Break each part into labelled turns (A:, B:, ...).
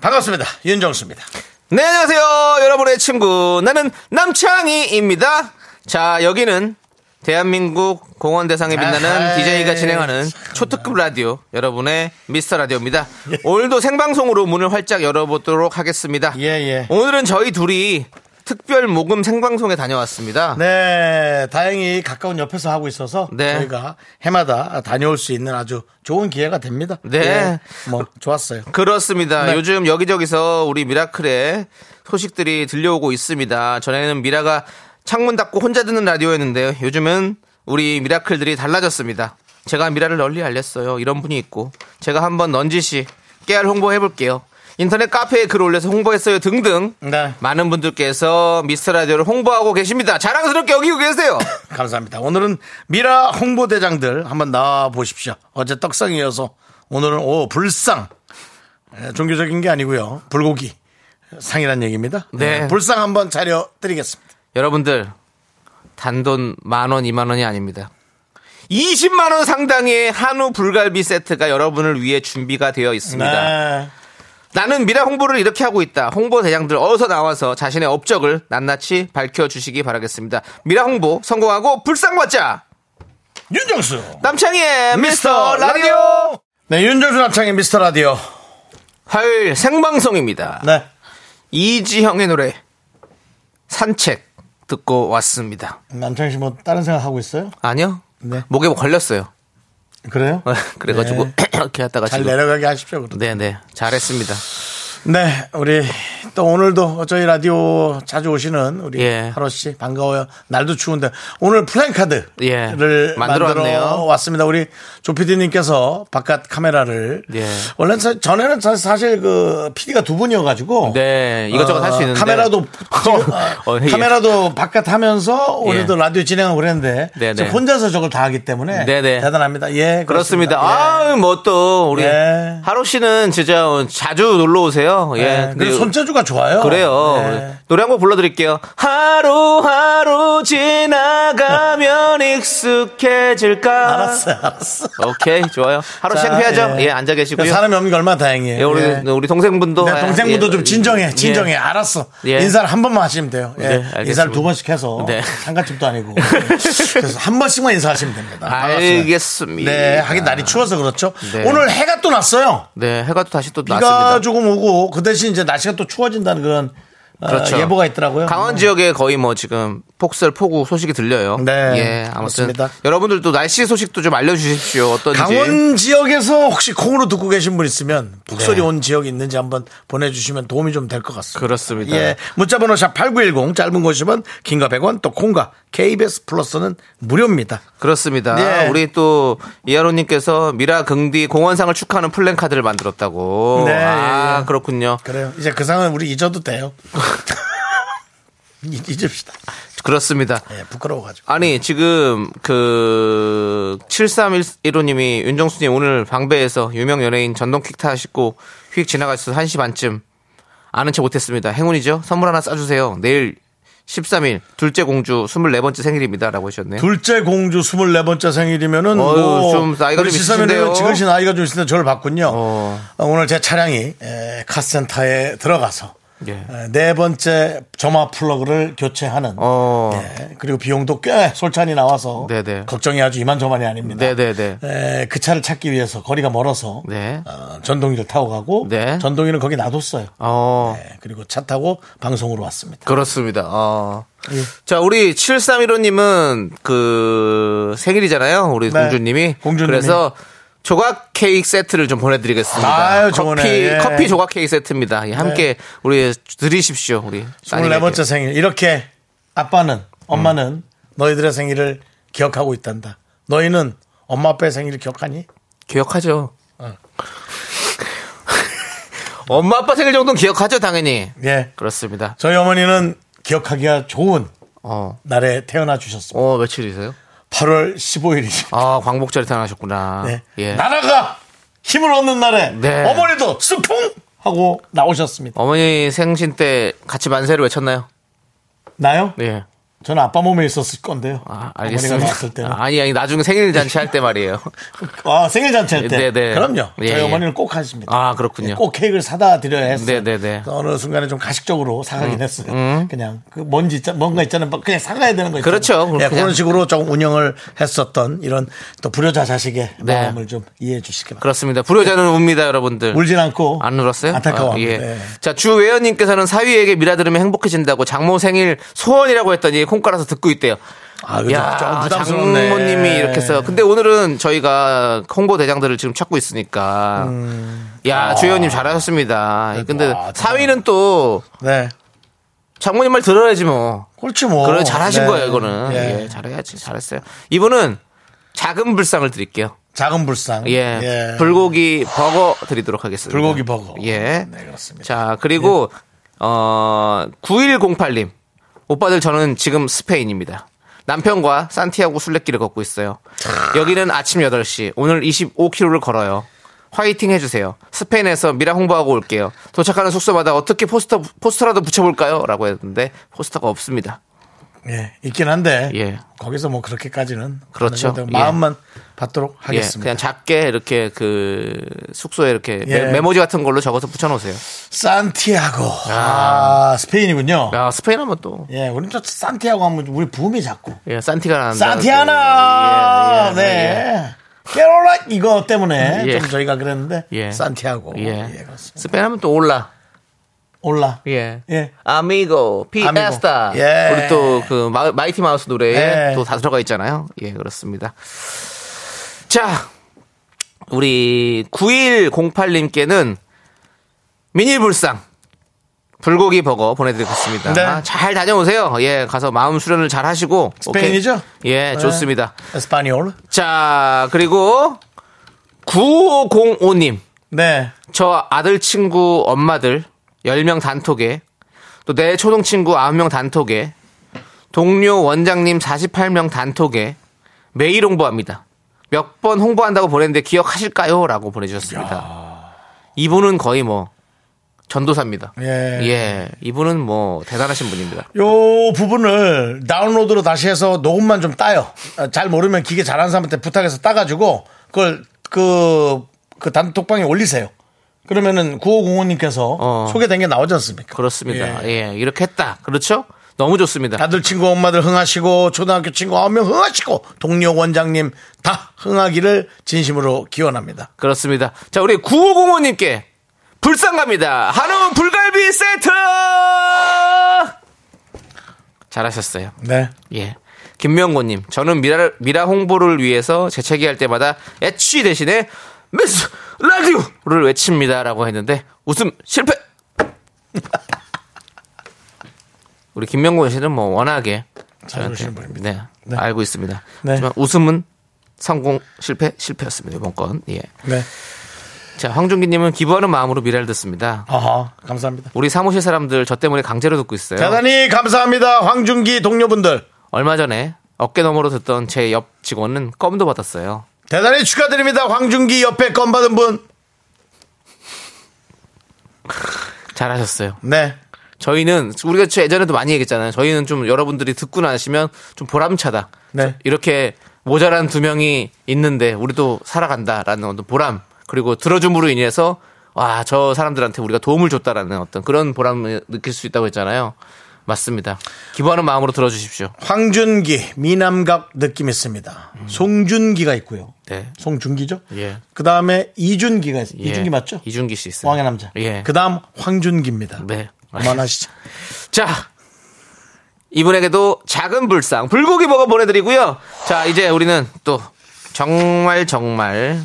A: 반갑습니다. 윤정수입니다.
B: 네, 안녕하세요. 여러분의 친구. 나는 남창희입니다. 자, 여기는 대한민국 공원 대상에 빛나는
A: 아하이, 예.
B: DJ가 진행하는 초특급 라디오, 여러분의 미스터 라디오입니다. 오늘도 생방송으로 문을 활짝 열어보도록 하겠습니다.
A: 예, 예.
B: 오늘은 저희 둘이 특별 모금 생방송에 다녀왔습니다.
A: 네, 다행히 가까운 옆에서 하고 있어서
B: 네.
A: 저희가 해마다 다녀올 수 있는 아주 좋은 기회가 됩니다.
B: 네.
A: 예, 뭐 좋았어요.
B: 그렇습니다.
A: 네.
B: 요즘 여기저기서 우리 미라클의 소식들이 들려오고 있습니다. 전에는 미라가 창문 닫고 혼자 듣는 라디오였는데요. 요즘은 우리 미라클들이 달라졌습니다. 제가 미라를 널리 알렸어요. 이런 분이 있고 제가 한번 넌지시 깨알 홍보해볼게요. 인터넷 카페에 글 올려서 홍보했어요 등등
A: 네.
B: 많은 분들께서 미스 라디오를 홍보하고 계십니다. 자랑스럽게 여기고 계세요.
A: 감사합니다. 오늘은 미라 홍보대장들 한번 나와 보십시오. 어제 떡상이어서 오늘은 오 불상 예, 종교적인 게 아니고요 불고기 상이란 얘기입니다.
B: 네.
A: 예, 불상 한번 차려드리겠습니다.
B: 여러분들 단돈 만 원, 이만 원이 아닙니다. 20만 원 상당의 한우 불갈비 세트가 여러분을 위해 준비가 되어 있습니다.
A: 네.
B: 나는 미라 홍보를 이렇게 하고 있다. 홍보 대장들 어서 나와서 자신의 업적을 낱낱이 밝혀 주시기 바라겠습니다. 미라 홍보 성공하고 불상 받자.
A: 윤정수
B: 남창희의 미스터 라디오
A: 네 윤정수 남창의 미스터 라디오
B: 화요일 생방송입니다.
A: 네
B: 이지형의 노래 산책 듣고 왔습니다.
A: 남창 씨뭐 다른 생각 하고 있어요?
B: 아니요?
A: 네.
B: 목에 뭐 걸렸어요.
A: 그래요?
B: 그래가지고
A: 네.
B: 이렇게 아, 하다가
A: 잘
B: 지금
A: 내려가게 하십시오. 그럼.
B: 네네 잘했습니다.
A: 네, 우리 또 오늘도 저희 라디오 자주 오시는 우리
B: 예.
A: 하로 씨 반가워요. 날도 추운데 오늘 플랜카드를
B: 예,
A: 만들어,
B: 만들어 왔네요.
A: 왔습니다. 우리 조 PD님께서 바깥 카메라를
B: 예.
A: 원래 사- 전에는 사- 사실 그 PD가 두 분이어가지고
B: 네, 이것저것 할수 있는데.
A: 카메라도
B: 어, 예.
A: 카메라도 바깥 하면서 오늘도
B: 예.
A: 라디오 진행하고 그랬는데
B: 네,
A: 지금
B: 네.
A: 혼자서 저걸 다 하기 때문에
B: 네, 네.
A: 대단합니다. 예,
B: 그렇습니다.
A: 예.
B: 아유 뭐 또 우리
A: 예.
B: 하루 씨는 진짜 자주 놀러 오세요. 예.
A: 예,
B: 근데
A: 그리고 손재주가 좋아요.
B: 그래요.
A: 네.
B: 노래 한 곡 불러드릴게요. 하루하루 지나가면 익숙해질까.
A: 알았어요, 알았어.
B: 오케이 좋아요. 하루 씨
A: 자,
B: 창피하죠?
A: 예.
B: 예, 앉아 계시고요.
A: 사람이 없는 게 얼마나 다행이에요.
B: 예, 우리
A: 예.
B: 우리 동생분도
A: 내 동생분도
B: 예,
A: 좀 진정해,
B: 예.
A: 진정해. 알았어.
B: 예.
A: 인사를 한 번만 하시면 돼요. 예.
B: 네, 알겠습니다.
A: 인사를 두 번씩 해서
B: 네.
A: 상가집도 아니고 그래서 한 번씩만 인사하시면 됩니다. 반갑습니다.
B: 알겠습니다.
A: 네, 하긴 날이 추워서 그렇죠.
B: 네.
A: 오늘 해가 또 났어요.
B: 네, 해가 또 다시 또
A: 비가
B: 났습니다.
A: 조금 오고 그 대신 이제 날씨가 또 추워진다는 그런 어,
B: 그렇죠.
A: 예보가 있더라고요. 음.
B: 강원 지역에 거의 뭐 지금 폭설 폭우 소식이 들려요.
A: 네,
B: 예, 아무튼
A: 그렇습니다.
B: 여러분들도 날씨 소식도 좀 알려주십시오. 어떤지.
A: 강원 아, 지역에서 혹시 콩으로 듣고 계신 분 있으면 북소리
B: 네.
A: 온 지역이 있는지 한번 보내주시면 도움이 좀 될 것 같습니다.
B: 그렇습니다.
A: 예. 문자번호 샵 8910, 짧은 50원, 긴가 100원, 또 콩과 KBS 플러스는 무료입니다.
B: 그렇습니다.
A: 예.
B: 우리 또 이하로님께서 미라 긍디 공원상을 축하하는 플랜 카드를 만들었다고.
A: 네,
B: 아
A: 예, 예.
B: 그렇군요.
A: 그래요. 이제 그 상황은 우리 잊어도 돼요. 잊- 잊읍시다.
B: 그렇습니다.
A: 예, 부끄러워가지고.
B: 아니 지금 그 7315님이 윤정수님 오늘 방배에서 유명 연예인 전동 킥 타시고 휙 지나가셔서 1시 반쯤 아는 체 못했습니다. 행운이죠. 선물 하나 싸주세요. 내일 13일 둘째 공주 24번째 생일입니다라고 하셨네요.
A: 둘째 공주 24번째 생일이면은
B: 어휴,
A: 뭐
B: 좀 나이가
A: 우리
B: 좀
A: 지선이는
B: 있으신데요?
A: 지근씨 나이가 좀 있는데 저를 봤군요.
B: 어.
A: 어, 오늘 제 차량이 에, 카센터에 들어가서
B: 예.
A: 에, 네 번째 점화 플러그를 교체하는
B: 어.
A: 예, 그리고 비용도 꽤 솔찬히 나와서
B: 네네.
A: 걱정이 아주 이만저만이 아닙니다.
B: 네네네.
A: 에, 그 차를 찾기 위해서 거리가 멀어서
B: 네.
A: 어, 전동이를 타고 가고
B: 네.
A: 전동이는 거기 놔뒀어요.
B: 어.
A: 예, 그리고 차 타고 방송으로 왔습니다.
B: 그렇습니다. 어.
A: 예.
B: 자, 우리 7315님은 그 생일이잖아요. 우리
A: 네.
B: 공주님이.
A: 공주님이.
B: 그래서 조각 케이크 세트를 좀 보내드리겠습니다.
A: 아유,
B: 커피,
A: 좋으네. 예. 네.
B: 커피 조각 케이크 세트입니다. 예, 함께 우리 드리십시오. 우리. 따님에게. 음.
A: 24번째 생일. 이렇게 아빠는, 엄마는 너희들의 생일을 기억하고 있단다. 너희는 어. 엄마 아빠의 생일을 기억하니?
B: 기억하죠. 엄마 아빠 생일 정도는 기억하죠, 당연히.
A: 예.
B: 그렇습니다.
A: 저희 어머니는 기억하기가 좋은
B: 어.
A: 날에 태어나 주셨습니다.
B: 어, 며칠이세요?
A: 8월 15일이죠.
B: 아, 광복절에 태어나셨구나.
A: 네.
B: 예.
A: 나라가 힘을 얻는 날에
B: 네.
A: 어머니도 스풍 하고 나오셨습니다.
B: 어머니 생신 때 같이 만세를 외쳤나요?
A: 나요?
B: 예.
A: 저는 아빠 몸에 있었을 건데요.
B: 아,
A: 어머니가
B: 알겠습니다.
A: 나왔을 때는. 아,
B: 아, 아니, 아니, 나중에 생일 잔치 할 때 말이에요.
A: 생일 잔치 할 때.
B: 네, 네.
A: 그럼요. 저희
B: 예, 예.
A: 어머니는 꼭 하십니다.
B: 아, 그렇군요.
A: 꼭 케이크를 사다 드려야 했어요.
B: 네, 네, 음, 네.
A: 그래서 어느 순간에 좀 가식적으로 사가긴 했어요. 그냥 그 뭔지 있자- 뭔가 있잖아요. 뭐 그냥 사가야 되는 거 있잖아요.
B: 그렇죠.
A: 예,
B: 그냥-
A: 그런 식으로 좀 운영을 했었던 이런 또 불효자 자식의
B: 네.
A: 마음을 좀 이해해 주시기 바랍니다.
B: 그렇습니다. 불효자는 웁니다, 여러분들.
A: 울진 않고
B: 안 울었어요?
A: 안타까워.
B: 아, 예.
A: 예.
B: 자, 주외연님께서는 사위에게 미라 들으면 행복해진다고 장모 생일 소원이라고 했더니 콩깔아서 듣고 있대요.
A: 아, 그래도 조금 부담스럽네.
B: 장모님이 이렇게 써요. 근데 오늘은 저희가 홍보 대장들을 지금 찾고 있으니까.
A: 음.
B: 야,
A: 아.
B: 주혜원님 잘하셨습니다. 근데
A: 와,
B: 사위는 또
A: 네.
B: 장모님 말 들어야지 뭐.
A: 그렇지 뭐.
B: 그래 잘하신
A: 네.
B: 거예요, 이거는.
A: 예.
B: 예, 잘해야지. 잘했어요. 이분은 작은 불상을 드릴게요.
A: 작은 불상.
B: 예.
A: 예.
B: 불고기 버거 드리도록 하겠습니다.
A: 불고기 버거.
B: 예.
A: 네, 그렇습니다. 예.
B: 자, 그리고 어 9108님. 오빠들 저는 지금 스페인입니다. 남편과 산티아고 순례길을 걷고 있어요. 여기는 아침 8시. 오늘 25km를 걸어요. 화이팅 해주세요. 스페인에서 미라 홍보하고 올게요. 도착하는 숙소마다 어떻게 포스터 포스터라도 붙여볼까요? 라고 했는데 포스터가 없습니다.
A: 예, 있긴 한데
B: 예.
A: 거기서 뭐 그렇게까지는
B: 그렇죠.
A: 어느 정도 마음만 받도록
B: 예,
A: 하겠습니다.
B: 그냥 작게 이렇게 그 숙소에 이렇게
A: 예.
B: 메- 메모지 같은 걸로 적어서 붙여놓으세요.
A: 산티아고. 아, 스페인이군요.
B: 야, 스페인 하면 또
A: 예, 우리 또 산티아고 하면 우리 부음이 작고.
B: 예, 산티가 나는
A: 산티아나. 네. 캐롤라 이거 때문에
B: 예.
A: 좀 저희가 그랬는데
B: 예.
A: 산티아고.
B: 예.
A: 예, 그렇습니다.
B: 스페인 하면 또 올라.
A: 올라.
B: 예.
A: 예.
B: 아미고, 피에스타.
A: 예.
B: 우리 또 그 마이티 마우스 노래에
A: 예.
B: 또 다 들어가 있잖아요. 예, 그렇습니다. 자, 우리 9108님께는 미니불상. 불고기 버거 보내드리겠습니다.
A: 네.
B: 아, 잘 다녀오세요. 예, 가서 마음 수련을 잘 하시고.
A: 스페인이죠? 네.
B: 오케이. 예, 좋습니다.
A: 에스파니올.
B: 자, 그리고 9505님.
A: 네.
B: 저 아들 친구 엄마들 10명 단톡에 또 내 초등 친구 9명 단톡에 동료 원장님 48명 단톡에 매일 홍보합니다. 몇 번 홍보한다고 보냈는데 기억하실까요? 라고 보내주셨습니다. 이분은 거의 뭐 전도사입니다.
A: 예.
B: 예. 이분은 뭐 대단하신 분입니다.
A: 요 부분을 다운로드로 다시 해서 녹음만 좀 따요. 아, 잘 모르면 기계 잘하는 사람한테 부탁해서 따가지고 그걸 그, 그 단톡방에 올리세요. 그러면은 9505님께서
B: 어.
A: 소개된 게 나오지 않습니까?
B: 그렇습니다.
A: 예.
B: 예. 이렇게 했다. 그렇죠? 너무 좋습니다.
A: 아들 친구 엄마들 흥하시고 초등학교 친구 9명 흥하시고 동료 원장님 다 흥하기를 진심으로 기원합니다.
B: 그렇습니다. 자, 우리 9505님께 불상 갑니다. 한우 불갈비 세트! 잘하셨어요.
A: 네.
B: 예. 김명곤님, 저는 미라, 미라 홍보를 위해서 재채기할 때마다 H 대신에 메스 라디오를 외칩니다라고 했는데 웃음 실패. 우리 김명곤 씨는 뭐 워낙에 저한테
A: 부르시는 분입니다.
B: 네, 알고 있습니다.
A: 네.
B: 하지만 웃음은 성공 실패 실패였습니다 이번 건. 예.
A: 네.
B: 자 황준기님은 기부하는 마음으로 미라를 듣습니다.
A: 아하. 감사합니다.
B: 우리 사무실 사람들 저 때문에 강제로 듣고 있어요.
A: 대단히 감사합니다. 황준기 동료분들.
B: 얼마 전에 어깨 너머로 듣던 제 옆 직원은 껌도 받았어요.
A: 대단히 축하드립니다. 황준기 옆에 건 받은 분.
B: 잘하셨어요.
A: 네.
B: 저희는 우리가 저 예전에도 많이 얘기했잖아요. 저희는 좀 여러분들이 듣고 나시면 좀 보람차다.
A: 네.
B: 이렇게 모자란 두 명이 있는데 우리도 살아간다라는 어떤 보람 그리고 들어줌으로 인해서 와 저 사람들한테 우리가 도움을 줬다라는 어떤 그런 보람을 느낄 수 있다고 했잖아요. 맞습니다. 기부하는 마음으로 들어주십시오.
A: 황준기 미남각 느낌 있습니다. 송준기가 있고요.
B: 네.
A: 송준기죠?
B: 예.
A: 그 다음에 이준기가 있
B: 예.
A: 이준기 맞죠?
B: 이준기 씨 있어요.
A: 왕의 남자.
B: 예.
A: 그 다음 황준기입니다.
B: 네.
A: 그만하시죠.
B: 자. 이분에게도 작은 불상 불고기 버거 보내드리고요. 자 이제 우리는 또 정말 정말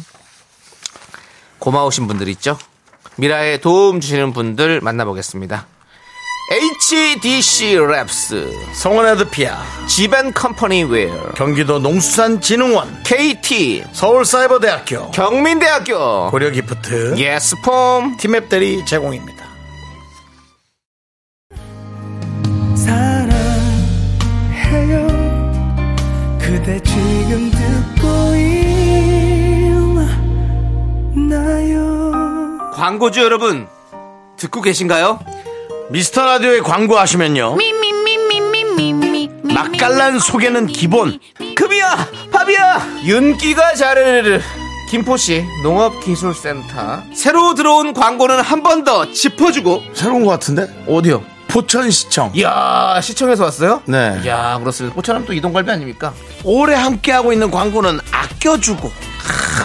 B: 고마우신 분들 있죠. 미라에 도움 주시는 분들 만나보겠습니다. HDC 랩스,
A: 성원에드피아,
B: 지벤 컴퍼니 웨어,
A: 경기도 농수산진흥원,
B: KT,
A: 서울사이버대학교,
B: 경민대학교,
A: 고려기프트,
B: 예스폼,
A: 티맵 대리 제공입니다.
C: 사랑해요 그대 지금 듣고 있나요
B: 광고주 여러분, 듣고 계신가요?
A: 미스터 라디오에 광고하시면요.
D: 맛깔난 소개는 기본
B: 급이야! 밥이야! 윤기가 자르르르. 김포시 농업기술센터. 새로 들어온 광고는 한 번 더 짚어주고.
A: 새로운 것 같은데?
B: 어디요?
A: 포천시청.
B: 이야, 시청에서 왔어요?
A: 네.
B: 이야, 그렇습니다. 포천하면 또 이동갈비 아닙니까?
A: 오래 함께하고 있는 광고는 아껴주고.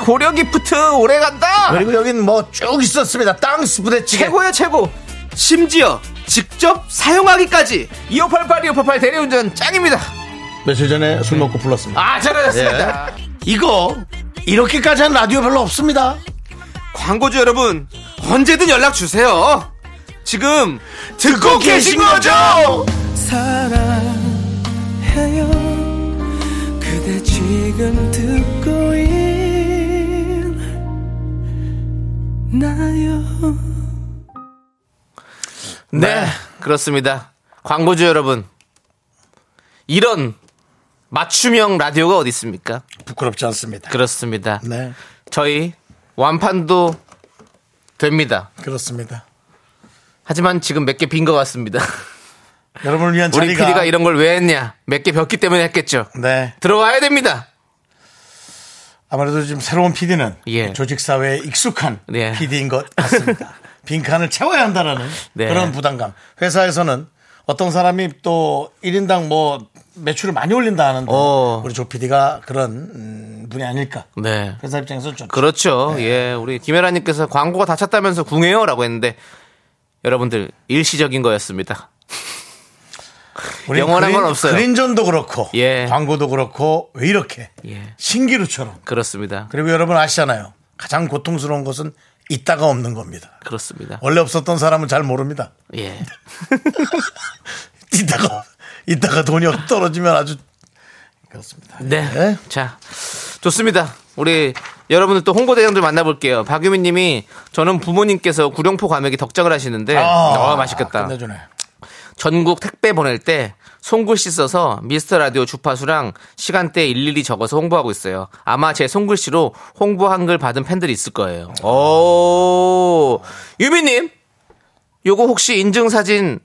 B: 고려기프트 오래 간다!
A: 그리고 여긴 뭐 쭉 있었습니다. 땅스 부대찌개.
B: 최고야 최고 심지어 직접 사용하기까지 2588 2588 대리운전 짱입니다
A: 며칠 전에 술 먹고 불렀습니다.
B: 아 잘하셨습니다
A: 이거 이렇게까지 한 라디오 별로 없습니다.
B: 광고주 여러분 언제든 연락 주세요 지금 듣고 계신 거죠
C: 사랑해요 그대 지금 듣고 있나요
B: 네 그렇습니다 광고주 여러분 이런 맞춤형 라디오가 어디 있습니까
A: 부끄럽지 않습니다.
B: 그렇습니다
A: 네,
B: 저희 완판도 됩니다
A: 그렇습니다.
B: 하지만 지금 몇 개 빈 것 같습니다
A: 여러분을 위한
B: 우리
A: 자리가
B: PD가 이런 걸 왜 했냐 몇 개 벽기 때문에 했겠죠
A: 네
B: 들어와야 됩니다.
A: 아무래도 지금 새로운 PD는
B: 예.
A: 조직 사회에 익숙한
B: 예.
A: PD인 것 같습니다. 빈칸을 채워야 한다라는
B: 네.
A: 그런 부담감. 회사에서는 어떤 사람이 또 1인당 뭐 매출을 많이 올린다 하는데
B: 어.
A: 우리 조 PD가 그런 음, 분이 아닐까.
B: 네.
A: 회사 입장에서 좀
B: 그렇죠. 예. 우리 김혜라님께서 광고가 다쳤다면서 궁해요? 라고 했는데, 여러분들, 일시적인 거였습니다.
A: 우린
B: 영원한
A: 그린-
B: 건 없어요.
A: 그린존도 그렇고
B: 예.
A: 광고도 그렇고 왜 이렇게
B: 예.
A: 신기루처럼
B: 그렇습니다.
A: 그리고 여러분 아시잖아요. 가장 고통스러운 것은 있다가 없는 겁니다.
B: 그렇습니다.
A: 원래 없었던 사람은 잘 모릅니다.
B: 예.
A: 있다가 있다가 돈이 떨어지면 아주 그렇습니다.
B: 네. 자, 좋습니다. 우리 여러분들 또 홍보대장들 만나볼게요. 박유민 님이 저는 부모님께서 구룡포 과메기 덕장을 하시는데, 아, 맛있겠다.
A: 끝내주네.
B: 전국 택배 보낼 때 손글씨 써서 미스터 라디오 주파수랑 시간대 일일이 적어서 홍보하고 있어요. 아마 제 손글씨로 홍보 한글 받은 팬들이 있을 거예요. 오, 유미님, 요거 혹시 인증사진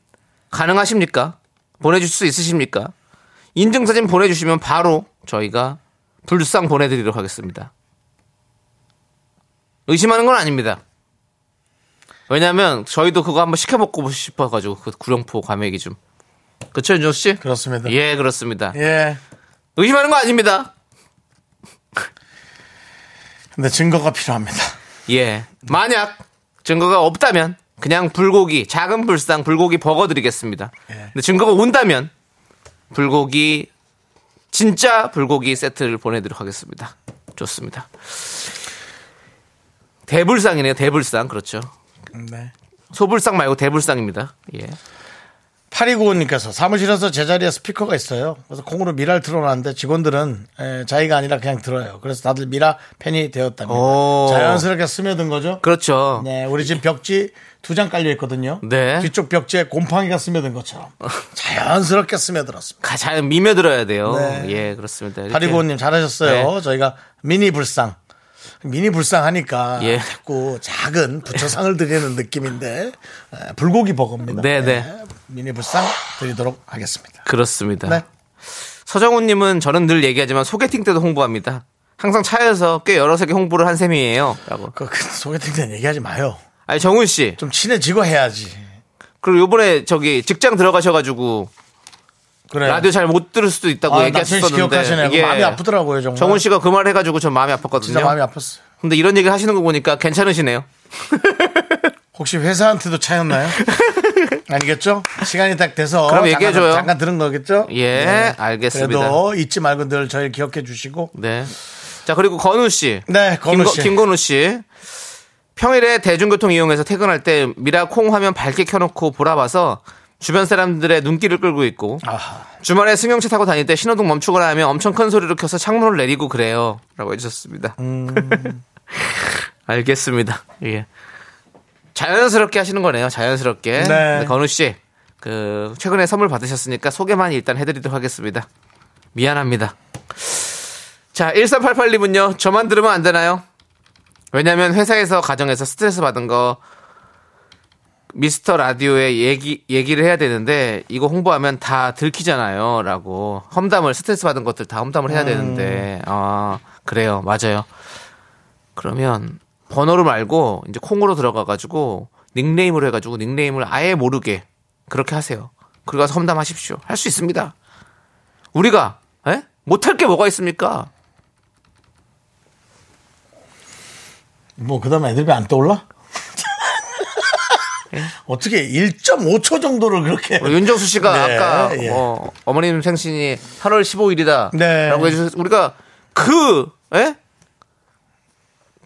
B: 가능하십니까? 보내줄 수 있으십니까? 인증사진 보내주시면 바로 저희가 불상 보내드리도록 하겠습니다. 의심하는 건 아닙니다. 왜냐면 저희도 그거 한번 시켜먹고 싶어가지고 그 구룡포 과메기 좀 그쵸 윤정 씨?
A: 그렇습니다.
B: 예 그렇습니다.
A: 예.
B: 의심하는 거 아닙니다.
A: 근데 증거가 필요합니다.
B: 예 만약 증거가 없다면 그냥 불고기 작은 불상 불고기 버거 드리겠습니다.
A: 예.
B: 근데 증거가 온다면 불고기 진짜 불고기 세트를 보내드리도록 하겠습니다. 좋습니다. 대불상이네요 대불상 그렇죠.
A: 네.
B: 소불상 말고 대불상입니다. 예.
A: 8295님께서 사무실에서 제자리에 스피커가 있어요. 그래서 콩으로 미라를 틀어놨는데 직원들은 에, 자의가 아니라 그냥 들어요. 그래서 다들 미라 팬이 되었답니다.
B: 오.
A: 자연스럽게 스며든 거죠.
B: 그렇죠.
A: 네, 우리 집 벽지 두 장 깔려 있거든요.
B: 네. 어.
A: 뒤쪽 벽지에 곰팡이가 스며든 것처럼 자연스럽게 스며들었습니다.
B: 가- 잘 미며들어야 돼요.
A: 네.
B: 예, 그렇습니다. 이렇게.
A: 8295님 잘하셨어요.
B: 네.
A: 저희가 미니 불상. 미니 불상하니까
B: 예.
A: 자꾸 작은 부처상을 드리는 느낌인데 에, 불고기 버거입니다.
B: 네, 네.
A: 미니 불상 드리도록 하겠습니다.
B: 그렇습니다.
A: 네.
B: 서정훈님은 저는 늘 얘기하지만 소개팅 때도 홍보합니다. 항상 차에서 꽤 여러 색의 홍보를 한 셈이에요. 라고.
A: 그, 그 소개팅 때 얘기하지 마요.
B: 아니, 정훈 씨.
A: 좀 친해지고 해야지.
B: 그리고 요번에 저기 직장 들어가셔가지고
A: 그래.
B: 라디오 잘 못 들을 수도 있다고
A: 네. 아, 남편 씨 기억하시네요.
B: 얘기하셨었는데.
A: 그거 마음이 아프더라고요, 정말.
B: 정훈 씨가 그 말 해가지고 전 마음이 아팠거든요.
A: 진짜 마음이 아팠어요.
B: 근데 이런 얘기 하시는 거 보니까 괜찮으시네요.
A: 혹시 회사한테도 차였나요? 아니겠죠? 시간이 딱 돼서
B: 그럼
A: 잠깐-
B: 얘기해줘요.
A: 잠깐 들은 거겠죠?
B: 예,
A: 네.
B: 알겠습니다.
A: 그래도 잊지 말고 늘 저희 기억해 주시고
B: 네. 자, 그리고 건우 씨.
A: 네, 건우
B: 김거-
A: 씨.
B: 김건우 씨. 평일에 대중교통 이용해서 퇴근할 때 미라 콩 화면 밝게 켜놓고 보라 봐서 주변 사람들의 눈길을 끌고 있고 주말에 승용차 타고 다닐 때 신호등 멈추거나 하면 엄청 큰 소리로 켜서 창문을 내리고 그래요. 라고 해주셨습니다. 알겠습니다. 예. 자연스럽게 하시는 거네요. 자연스럽게.
A: 네.
B: 네, 건우 씨, 그, 최근에 선물 받으셨으니까 소개만 일단 해드리도록 하겠습니다. 미안합니다. 자, 1388님은요, 저만 들으면 안 되나요? 왜냐면 회사에서 가정에서 스트레스 받은 거 미스터 라디오에 얘기, 얘기를 해야 되는데 이거 홍보하면 다 들키잖아요. 라고 험담을, 스트레스 받은 것들 다 험담을 해야 되는데, 아, 그래요. 맞아요. 그러면 번호를 말고 이제 콩으로 들어가가지고 닉네임으로 해가지고 닉네임을 아예 모르게 그렇게 하세요. 그리고 가서 험담하십시오. 할 수 있습니다. 우리가 에? 못할 게 뭐가 있습니까?
A: 뭐 그다음 에 애들이 안 떠올라? 어떻게 1.5초 정도를 그렇게
B: 우리 예? 어, 윤정수 씨가
A: 네,
B: 아까
A: 예.
B: 어, 머님 생신이 8월 15일이다라고
A: 네.
B: 해주셔서 우리가 그 에?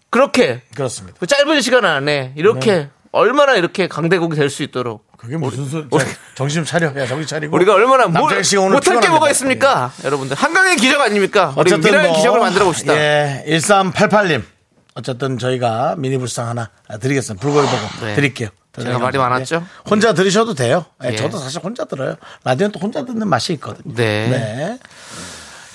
B: 그렇게
A: 그렇습니다.
B: 그 짧은 시간 안에 이렇게
A: 네.
B: 얼마나 이렇게 강대국이 될 수 있도록
A: 그게 무슨 소리? 야, 정신 좀 차려. 야 정신 차리고.
B: 우리가 얼마나 뭘
A: 뭐 남자일 씨가 오늘
B: 못할
A: 피곤합니다.
B: 게
A: 예.
B: 뭐가 있습니까? 여러분들 한강의 기적 아닙니까? 우리
A: 어쨌든
B: 미라의
A: 뭐,
B: 기적을 만들어 봅시다.
A: 예, 1388님. 어쨌든 저희가 미니불상 하나 드리겠습니다. 불고기 보고
B: 네.
A: 드릴게요.
B: 제가 말이 많았죠?
A: 예. 혼자 들으셔도 돼요. 예,
B: 예.
A: 저도 사실 혼자 들어요. 라디오는 또 혼자 듣는 맛이 있거든요.
B: 네.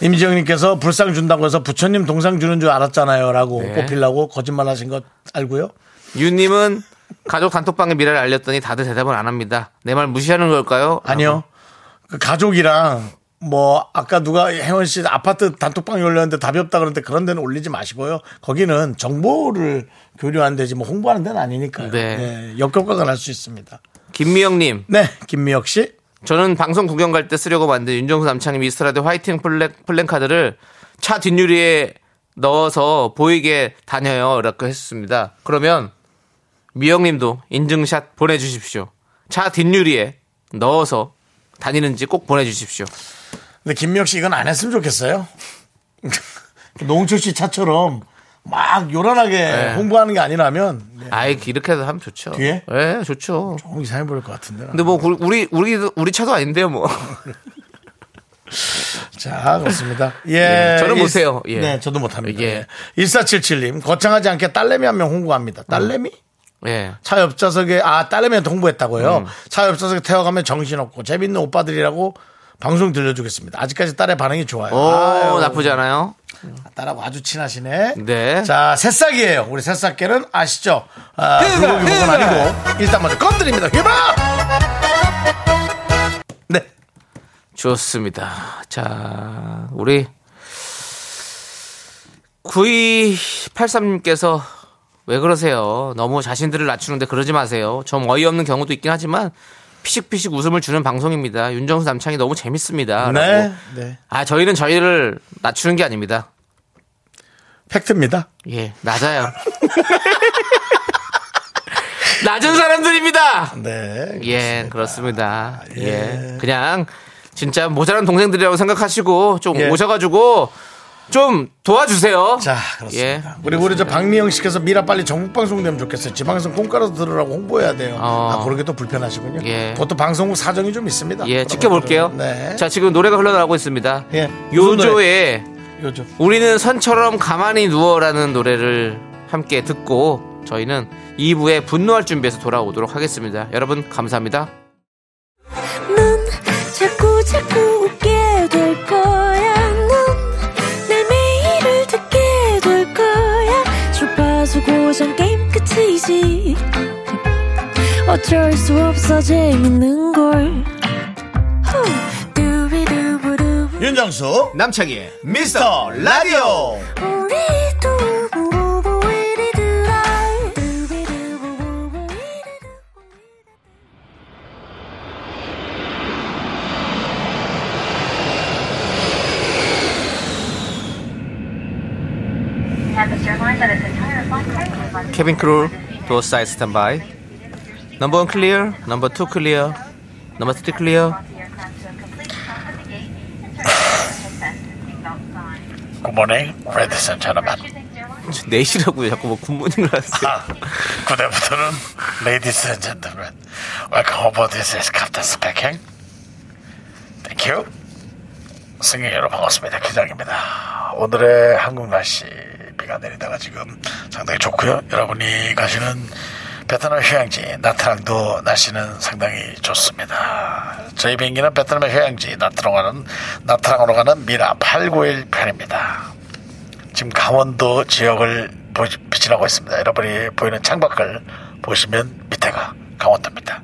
A: 임지영님께서 불상 준다고 해서 부처님 동상 주는 줄 알았잖아요라고
B: 네.
A: 뽑히려고 거짓말 하신 것 알고요.
B: 유님은 가족 단톡방에 미라를 알렸더니 다들 대답을 안 합니다. 내 말 무시하는 걸까요?
A: 아니요. 그 가족이랑 뭐 아까 누가 혜원 씨 아파트 단톡방에 올렸는데 답이 없다 그러는데 그런 데는 올리지 마시고요. 거기는 정보를 교류하는 데지 뭐 홍보하는 데는 아니니까요.
B: 네.
A: 네, 역효과가 날 수 있습니다.
B: 김미영님,
A: 네, 김미혁 씨.
B: 저는 방송 구경 갈 때 쓰려고 만든 윤정수 남창희 미스터라드 화이팅 플랜, 플랜카드를 차 뒷유리에 넣어서 보이게 다녀요. 라고 했습니다. 그러면 미영님도 인증샷 보내주십시오. 차 뒷유리에 넣어서 다니는지 꼭 보내주십시오.
A: 근데 김미혁 씨 이건 안 했으면 좋겠어요. 노홍철 씨 차처럼 막 요란하게 홍보하는 게 아니라면 네,
B: 아이 이렇게 해서 하면 좋죠.
A: 뒤에?
B: 예, 좋죠.
A: 너무 이상해 보일 것 같은데.
B: 근데 뭐 구- 우리 우리 우리 차도 아닌데요, 뭐.
A: 자, 그렇습니다. 예.
B: 예, 저는
A: 일-
B: 못해요. 예.
A: 네, 저도 못합니다.
B: 예.
A: 예. 1477님, 거창하지 않게 딸내미 한 명 홍보합니다.
B: 음.
A: 딸내미?
B: 예.
A: 차 옆좌석에 아 딸내미한테 홍보했다고요.
B: 음.
A: 차 옆좌석에 태워가면 정신없고 재밌는 오빠들이라고 방송 들려주겠습니다. 아직까지 딸의 반응이 좋아요.
B: 오,
A: 아유,
B: 나쁘지 않아요.
A: 딸하고 아주 친하시네.
B: 네.
A: 자 새싹이에요. 우리 새싹계는 아시죠? 아, 불고기 부분 아니고 일단 먼저 건드립니다. 휘바. 네.
B: 좋습니다. 자, 우리 9283님께서 왜 그러세요? 너무 자신들을 낮추는데 그러지 마세요. 좀 어이없는 경우도 있긴 하지만 피식피식 웃음을 주는 방송입니다. 윤정수 남창이 너무 재밌습니다.
A: 네.
B: 라고.
A: 네.
B: 아, 저희는 저희를 낮추는 게 아닙니다.
A: 팩트입니다.
B: 예, 낮아요. 낮은 사람들입니다.
A: 네.
B: 예, 그렇습니다. 예. 그냥 진짜 모자란 동생들이라고 생각하시고 좀
A: 예.
B: 오셔가지고 좀 도와주세요.
A: 자, 그렇습니다. 그리고 우리 저 박미영 씨께서 미라 빨리 전국 방송되면 좋겠어요. 지방선 콩가루 들으라고 홍보해야 돼요.
B: 어.
A: 아, 그런 게 또 불편하시군요.
B: 예.
A: 보통 방송국 사정이 좀 있습니다.
B: 예,
A: 그런
B: 지켜볼게요.
A: 것들은. 네.
B: 자, 지금 노래가 흘러나오고 있습니다.
A: 예. 무슨 노래?
B: 요조의
A: 네. 요조.
B: 우리는 선처럼 가만히 누워라는 노래를 함께 듣고 저희는 2부에 분노할 준비해서 돌아오도록 하겠습니다. 여러분 감사합니다.
E: 넌 자꾸 자꾸 웃게 될 거야. 넌내 매일을 듣게 될 거야. 주파수 고정 게임 끝이지. 어쩔 수 없어 재밌는 걸. 후. 두비두부두부.
A: 윤정수 남창희 미스터 라디오.
E: 우리 두부부부 우리 두라. 두비두부부부 우리 두부부.
B: 케빈 크롤, 도어 사이 스탠바이. 넘버 원 클리어, 넘버 투 클리어, 넘버 쓰리 클리어.
A: 굿모닝. 프레드 선처럼.
B: 넷이라고요. 자꾸 뭐 굿모닝을 하세요.
A: 그때부터는 ladies and gentlemen, welcome aboard this is Captain speaking. Thank you. 승객 여러분 반갑습니다. 기장입니다. 오늘의 한국 날씨 비가 내리다가 지금 상당히 좋고요. 여러분이 가시는 베트남 휴양지 나트랑도 날씨는 상당히 좋습니다. 저희 비행기는 베트남의 휴양지 나트랑 가는 나트랑으로 가는 미라 891 편입니다. 지금 강원도 지역을 보- 비치라고 있습니다. 여러분이 보이는 창밖을 보시면 밑에가 강원도입니다.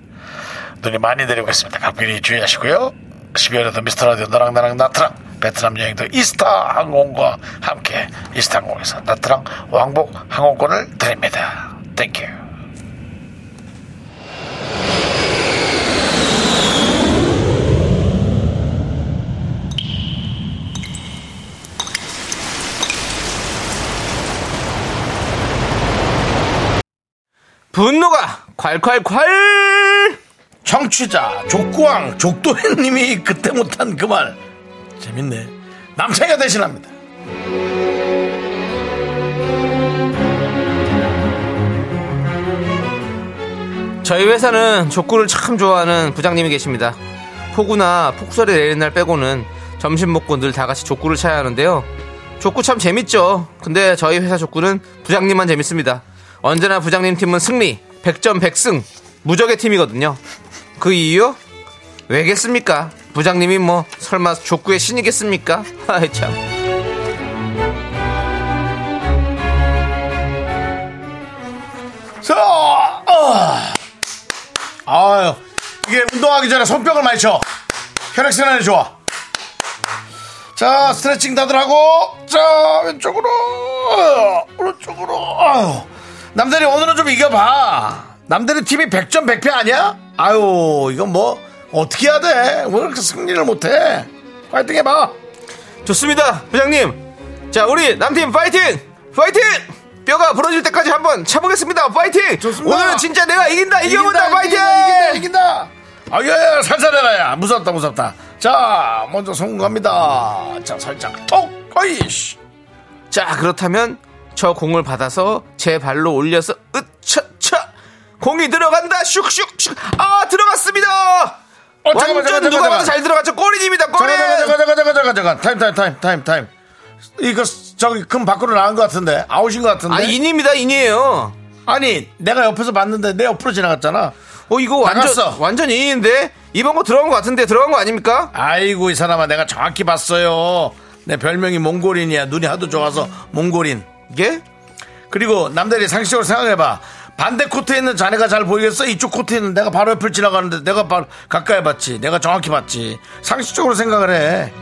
A: 눈이 많이 내리고 있습니다. 감기니 주의하시고요. 12월에도 미스터라디오 너랑 나랑 나트랑 베트남 여행도 이스타 항공과 함께 이스타 항공에서 나트랑 왕복 항공권을 드립니다. 땡큐.
B: 분노가 콸콸콸!
A: 청취자 족구왕 족도현님이 그때 못한 그 말 재밌네. 남창이가 대신합니다.
B: 저희 회사는 족구를 참 좋아하는 부장님이 계십니다. 폭우나 폭설이 내리는 날 빼고는 점심 먹고 늘 다 같이 족구를 쳐야 하는데요. 족구 참 재밌죠. 근데 저희 회사 족구는 부장님만 재밌습니다. 언제나 부장님 팀은 승리, 100점 100승, 무적의 팀이거든요. 그 이유요? 왜겠습니까? 부장님이 뭐 설마 족구의 신이겠습니까? 아이 참.
A: 자, 아. 아유, 이게 운동하기 전에 손뼉을 많이 쳐. 혈액순환이 좋아. 자, 스트레칭 다들 하고, 자, 왼쪽으로, 오른쪽으로, 아유. 남들이 오늘은 좀 이겨봐. 남들이 팀이 100점 100패 아니야? 아유, 이건 뭐, 어떻게 해야 돼? 왜 이렇게 승리를 못해? 파이팅 해봐.
B: 좋습니다, 부장님. 자, 우리 남팀 파이팅! 파이팅! 뼈가 부러질 때까지 한번 쳐보겠습니다. 파이팅!
A: 좋습니다.
B: 오늘은 진짜 내가 이긴다, 이겨본다, 파이팅!
A: 이긴다, 이긴다. 아, 예, 예, 살살해라야. 무섭다, 무섭다. 자, 먼저 성공합니다. 자, 살짝 톡, 어이씨.
B: 자, 그렇다면 저 공을 받아서 제 발로 올려서 으차차 공이 들어간다, 슉슉슉. 아, 들어갔습니다.
A: 어, 잠깐만,
B: 완전
A: 잠깐만,
B: 누가
A: 잠깐만.
B: 봐도 잘 들어갔죠. 꼬리입니다, 꼬리.
A: 잠깐, 잠깐, 잠깐, 잠깐, 잠깐, 잠깐. 타임, 타임, 타임, 타임, 타임. 이거, 저기, 금 밖으로 나간 것 같은데. 아웃인 것 같은데.
B: 아, 인입니다, 인이에요.
A: 아니, 내가 옆에서 봤는데 내 옆으로 지나갔잖아.
B: 어, 이거 완전
A: 나갔어.
B: 완전 인인데 이번 거 들어간 것 같은데 들어간 거 아닙니까?
A: 아이고, 이 사람아, 내가 정확히 봤어요. 내 별명이 몽골인이야. 눈이 하도 좋아서 몽골인.
B: 예?
A: 그리고 남들이 상식적으로 생각해봐. 반대 코트에 있는 자네가 잘 보이겠어? 이쪽 코트에 있는 내가 바로 옆을 지나가는데 내가 바로 가까이 봤지. 내가 정확히 봤지. 상식적으로 생각을 해.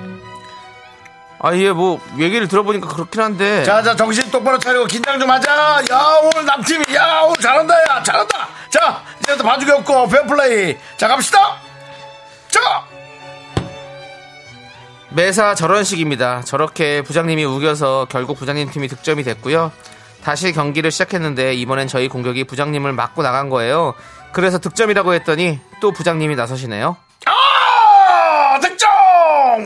B: 아, 예, 뭐, 얘기를 들어보니까 그렇긴 한데.
A: 자, 자, 정신 똑바로 차리고 긴장 좀 하자. 야, 오늘 남팀이. 야, 오늘 잘한다, 야. 잘한다. 자, 이제부터 봐주기 없고, 페어플레이. 자, 갑시다. 자!
B: 매사 저런 식입니다. 저렇게 부장님이 우겨서 결국 부장님 팀이 득점이 됐고요. 다시 경기를 시작했는데 이번엔 저희 공격이 부장님을 맞고 나간 거예요. 그래서 득점이라고 했더니 또 부장님이 나서시네요.
A: 아! 득점!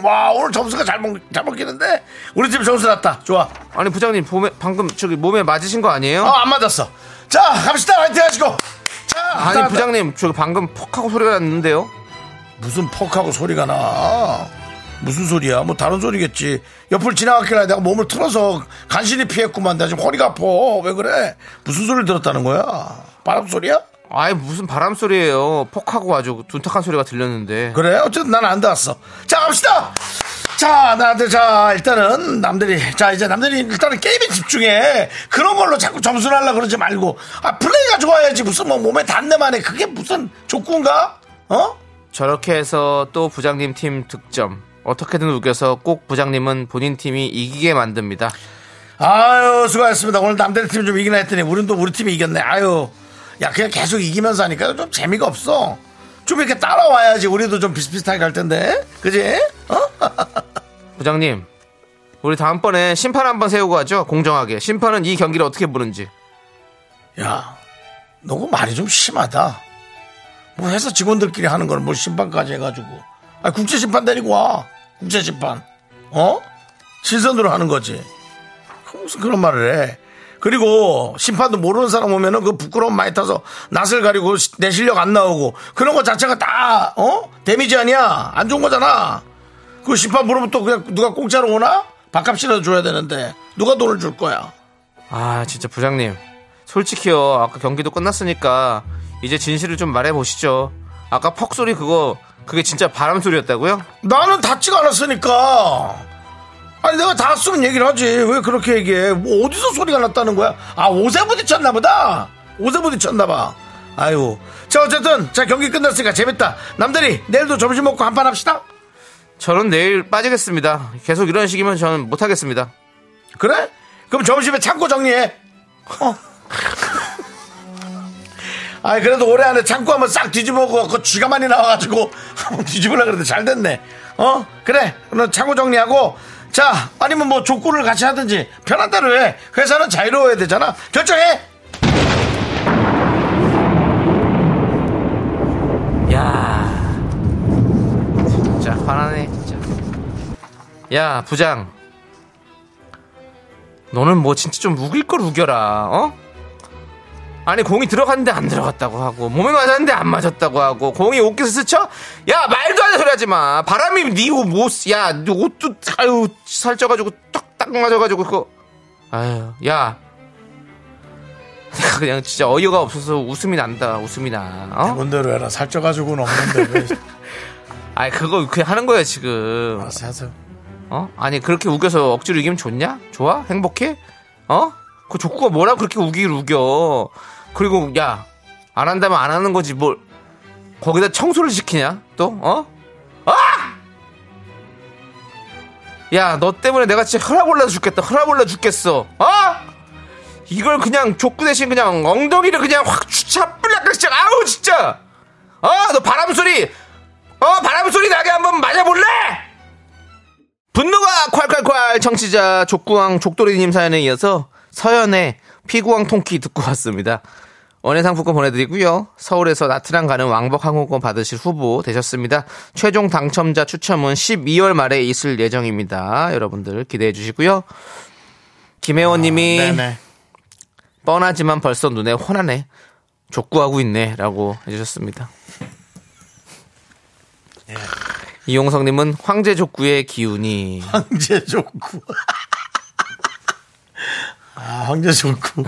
A: 와, 오늘 점수가 잘, 먹, 잘 먹히는데? 우리 팀 점수 났다. 좋아.
B: 아니 부장님 몸에- 방금 저기 몸에 맞으신 거 아니에요?
A: 어, 안 맞았어. 자, 갑시다. 화이팅 하시고. 자,
B: 아니
A: 간다,
B: 부장님 저기 방금 퍽하고 소리가 났는데요.
A: 무슨 퍽하고 소리가 나. 무슨 소리야? 뭐 다른 소리겠지. 옆을 지나갔길래 내가 몸을 틀어서 간신히 피했구만. 나 지금 허리가 아파. 왜 그래? 무슨 소리를 들었다는 거야? 바람 소리야?
B: 아이 무슨 바람 소리예요. 퍽하고 아주 둔탁한 소리가 들렸는데.
A: 그래? 어쨌든 난 안 닿았어. 자, 갑시다! 자, 나한테, 자, 일단은 남들이, 자, 이제 남들이 일단은 게임에 집중해. 그런 걸로 자꾸 점수를 하려고 그러지 말고. 아, 플레이가 좋아야지. 무슨 뭐 몸에 단내만 해. 그게 무슨 족구인가? 어?
B: 저렇게 해서 또 부장님 팀 득점. 어떻게든 우겨서 꼭 부장님은 본인 팀이 이기게 만듭니다.
A: 아유 수고하셨습니다. 오늘 남들 팀 좀 이기나 했더니 우린 또 우리 팀이 이겼네. 아유 야 그냥 계속 이기면서 하니까 좀 재미가 없어. 좀 이렇게 따라와야지 우리도 좀 비슷비슷하게 갈 텐데. 그지? 어?
B: 부장님, 우리 다음번에 심판 한번 세우고 하죠. 공정하게. 심판은 이 경기를 어떻게 보는지.
A: 야 너그 말이 좀 심하다. 뭐 회사 직원들끼리 하는 거는 뭘 심판까지 해가지고. 아 국제 심판 데리고 와. 국제 심판. 어? 시선으로 하는 거지. 무슨 그런 말을 해. 그리고 심판도 모르는 사람 오면은 그 부끄러움 많이 타서 낯을 가리고 시- 내 실력 안 나오고 그런 거 자체가 다, 어? 데미지 아니야? 안 좋은 거잖아? 그 심판 물으면 또 그냥 누가 공짜로 오나? 밥값이라도 줘야 되는데 누가 돈을 줄 거야?
B: 아 진짜 부장님 솔직히요 아까 경기도 끝났으니까 이제 진실을 좀 말해보시죠 아까 퍽 소리 그거 그게 진짜 바람 소리였다고요?
A: 나는 닿지가 않았으니까. 아니 내가 닿았으면 얘기를 하지 왜 그렇게 얘기해 뭐 어디서 소리가 났다는 거야 아 옷에 부딪혔나 보다 옷에 부딪혔나 봐 아유 자 어쨌든 자 경기 끝났으니까 재밌다 남들이 내일도 점심 먹고 한판 합시다
B: 저는 내일 빠지겠습니다 계속 이런 식이면 저는 못하겠습니다
A: 그래? 그럼 점심에 창고 정리해. 어. 아 그래도 올해 안에 창고 한번 싹 뒤집어고 그 쥐가 많이 나와가지고 한번 뒤집으려 그랬는데 잘 됐네. 어 그래 그럼 창고 정리하고 자 아니면 뭐 족구를 같이 하든지 편한 대로 해. 회사는 자유로워야 되잖아. 결정해.
B: 야 진짜 화나네 진짜 야 부장 너는 뭐 진짜 좀 우길 걸 우겨라 어? 아니 공이 들어갔는데 안 들어갔다고 하고 몸에 맞았는데 안 맞았다고 하고 공이 옷깃을 스쳐? 야 말도 안 되는 소리 하지마 바람이 네옷야 옷도 아유 살쪄가지고 딱딱 맞아가지고 그거 아유 야 내가 그냥 진짜 어이가 없어서 웃음이 난다 웃음이 나 어?
A: 뭔대로 해라. 살쪄가지고는 없는데
B: 아이 그거 그냥 하는 거야 지금
A: 알아서 하세요.
B: 어 아니 그렇게 우겨서 억지로 이기면 좋냐 좋아 행복해 어그 족구가 뭐라 그렇게 우기를 우겨 그리고 야 안 한다면 안 하는 거지 뭘 거기다 청소를 시키냐 또어 아! 야 너 때문에 내가 진짜 혈압올라 죽겠다 혈압올라 죽겠어 어 이걸 그냥 족구 대신 그냥 엉덩이를 그냥 확 주차 뿔락각 시작 아우 진짜 어 너 바람 소리 어 바람 소리 나게 한번 맞아볼래? 분노가 콸콸콸 청취자 족구왕 족돌이님 사연에 이어서 서연의 피구왕 통키 듣고 왔습니다. 원예상품권 보내드리고요. 서울에서 나트랑 가는 왕복 항공권 받으실 후보 되셨습니다. 최종 당첨자 추첨은 12월 말에 있을 예정입니다. 여러분들 기대해 주시고요. 김혜원님이
A: 아, 네네.
B: 뻔하지만 벌써 눈에 환하네. 족구하고 있네. 라고 해주셨습니다. 이용성님은 황제 족구의 기운이.
A: 황제 좋고. 아 황제 좋고.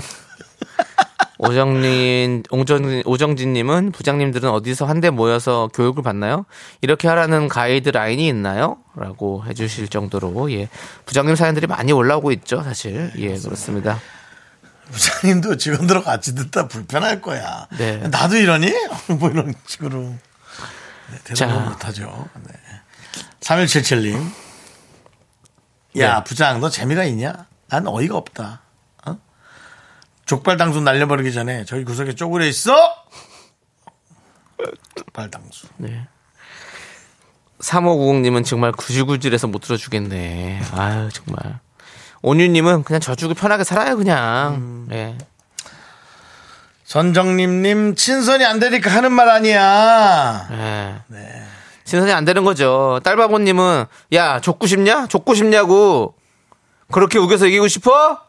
B: 오정린, 옹정, 오정진님은 부장님들은 어디서 한데 모여서 교육을 받나요? 이렇게 하라는 가이드 라인이 있나요? 라고 해주실 정도로, 예. 부장님 사연들이 많이 올라오고 있죠, 사실. 예, 그렇습니다.
A: 부장님도 직원들하고 같이 듣다 불편할 거야.
B: 네.
A: 나도 이러니? 뭐 이런 식으로. 네, 대답을
B: 자.
A: 못하죠. 네. 3177님. 야,
B: 네.
A: 부장, 너 재미가 있냐? 난 어이가 없다. 어? 족발당수 날려버리기 전에 저기 구석에 쪼그려 있어! 족발당수.
B: 3590님은 정말 구질구질해서 못 들어주겠네. 아유, 정말. 온유님은 그냥 저주고 편하게 살아요, 그냥. 예.
A: 전정림님, 친선이 안 되니까 하는 말 아니야.
B: 예. 신선이 안 되는 거죠. 딸바보님은, 야, 족구 싶냐? 족구 싶냐고. 그렇게 우겨서 이기고 싶어?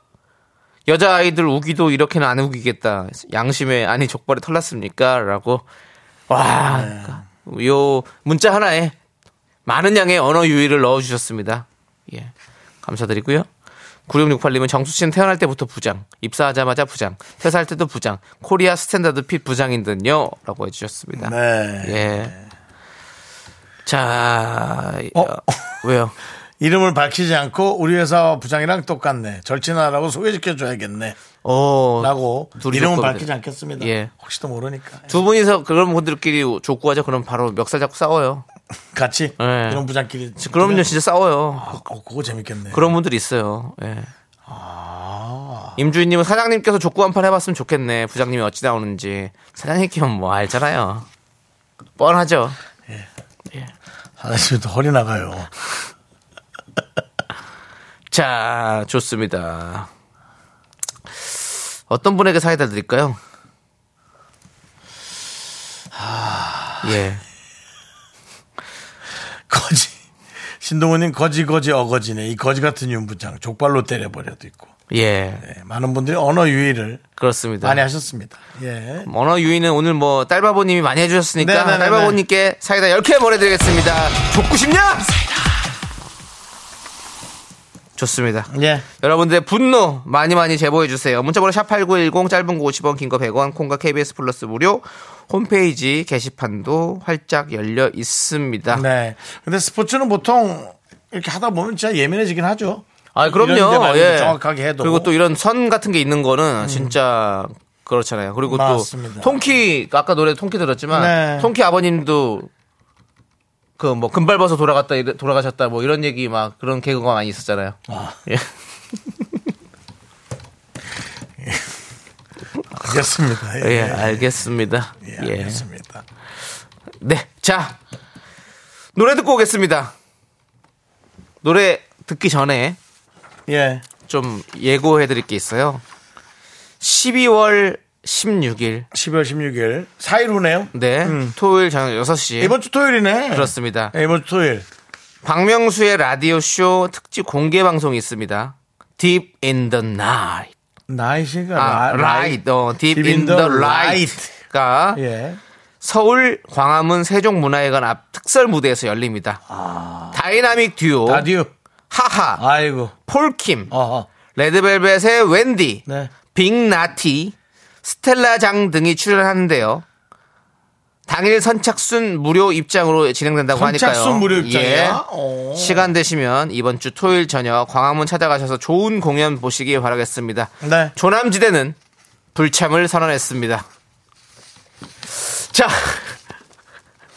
B: 여자아이들 우기도 이렇게는 안 우기겠다. 양심에, 아니, 족발에 털났습니까? 라고. 와. 요, 문자 하나에 많은 양의 언어 유의를 넣어주셨습니다. 예. 감사드리고요. 9668님은 정수 씨는 태어날 때부터 부장, 입사하자마자 부장, 퇴사할 때도 부장, 코리아 스탠다드 핏 부장인 듯요. 라고 해주셨습니다.
A: 네.
B: 예. 자,
A: 어?
B: 어, 왜요?
A: 이름을 밝히지 않고 우리 회사 부장이랑 똑같네. 절친하라고 소개시켜줘야겠네.
B: 어,
A: 라고
B: 둘이
A: 이름은
B: 조건을-
A: 밝히지 않겠습니다.
B: 예.
A: 혹시도 모르니까
B: 두 분이서 그런 분들끼리 족구하자 그럼 바로 멱살 잡고 싸워요.
A: 같이
B: 예.
A: 이런 부장끼리
B: 그럼요,
A: 그냥-
B: 진짜 싸워요.
A: 어, 어, 그거 재밌겠네.
B: 그런 분들이 있어요. 예. 아. 임주인님은 사장님께서 족구 한 판 해봤으면 좋겠네. 부장님이 어찌 나오는지 사장님 키면 뭐 알잖아요. 뻔하죠.
A: 사장님도 허리 나가요.
B: 자, 좋습니다. 어떤 분에게 사이다 드릴까요? 예.
A: 거지 신동호님 거지 거지 어거지네 이 거지 같은 윤부장 족발로 때려버려도 있고
B: 예,
A: 예, 많은 분들이 언어 유의를
B: 그렇습니다.
A: 많이 하셨습니다. 예.
B: 언어 유인은 오늘 뭐 딸바보님이 많이 해주셨으니까
A: 네네네네.
B: 딸바보님께 사이다 10개 보내드리겠습니다. 좋고 싶냐? 좋습니다.
A: 예.
B: 여러분들의 분노 많이 많이 제보해주세요. 문자번호 샵8910 짧은 거 50원 긴 거 100원 콩과 KBS 플러스 무료 홈페이지 게시판도 활짝 열려 있습니다.
A: 네. 근데 스포츠는 보통 이렇게 하다 보면 진짜 예민해지긴 하죠.
B: 아
A: 이런 데
B: 그럼요.
A: 말고
B: 예.
A: 정확하게 해도. 음.
B: 그리고 또 이런 선 같은 게 있는 거는 진짜 그렇잖아요. 그리고
A: 맞습니다.
B: 또 통키 아까 노래 통키 들었지만
A: 네.
B: 통키 아버님도 그 뭐 금발 벗어 돌아갔다 이래- 돌아가셨다 뭐 이런 얘기 막 그런 개그가 많이 있었잖아요. 예.
A: 알겠습니다. 예.
B: 예, 알겠습니다.
A: 예,
B: 예.
A: 알겠습니다.
B: 네. 자. 노래 듣고 오겠습니다. 노래 듣기 전에
A: 예.
B: 좀 예고해 드릴 게 있어요. 12월 16일
A: 12월 16일 4일 후네요.
B: 네. 토요일 저녁 6시.
A: 음. 이번 주 토요일이네.
B: 예. 그렇습니다.
A: 예, 이번 주 토요일.
B: 박명수의 라디오 쇼 특집 공개 방송이 있습니다. Deep in the night.
A: 나이시가
B: 아, right. 어, deep,
A: Deep
B: in,
A: in
B: the
A: the
B: light. 가
A: 예.
B: 서울 광화문 세종문화회관 앞 특설 무대에서 열립니다. 다이나믹 듀오
A: 라디오.
B: 하하
A: 아. 아이고.
B: 폴킴
A: 어허.
B: 레드벨벳의 웬디
A: 네.
B: 빅나티, 스텔라 장 등이 출연하는데요. 당일 선착순 무료 입장으로 진행된다고 하니까요.
A: 선착순 무료 입장이야? 어. 오.
B: 예. 시간 되시면 이번 주 토요일 저녁 광화문 찾아가셔서 좋은 공연 보시기 바라겠습니다.
A: 네.
B: 조남지대는 불참을 선언했습니다. 자,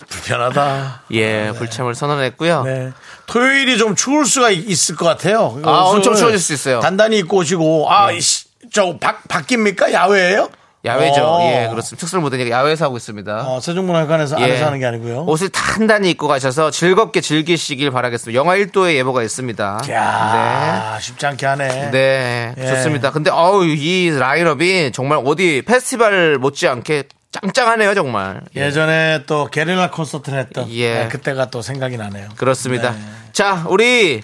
A: 불편하다.
B: 예, 불참을 선언했고요.
A: 아, 네. 토요일이 좀 추울 수가 있- 있을 것 같아요.
B: 아,
A: 옷을
B: 엄청 추워질 수 있어요. 네.
A: 단단히 입고 오시고, 아, 이씨, 저, 밖, 바뀝니까? 야외예요
B: 야외죠.
A: 어.
B: 예, 그렇습니다. 특설 무대니까 야외에서 하고 있습니다.
A: 어, 세종문화회관에서
B: 예.
A: 안에서 하는 게 아니고요.
B: 옷을 단단히 입고 가셔서 즐겁게 즐기시길 바라겠습니다. 영하 1도의 예보가 있습니다.
A: 야 쉽지 않게 하네.
B: 네. 네.
A: 예.
B: 좋습니다. 근데 어우 이 라인업이 정말 어디 페스티벌 못지않게 짱짱하네요, 정말.
A: 예전에 또 게릴라 콘서트를 했던
B: 예.
A: 네, 그때가 또 생각이 나네요.
B: 그렇습니다.
A: 네.
B: 자, 우리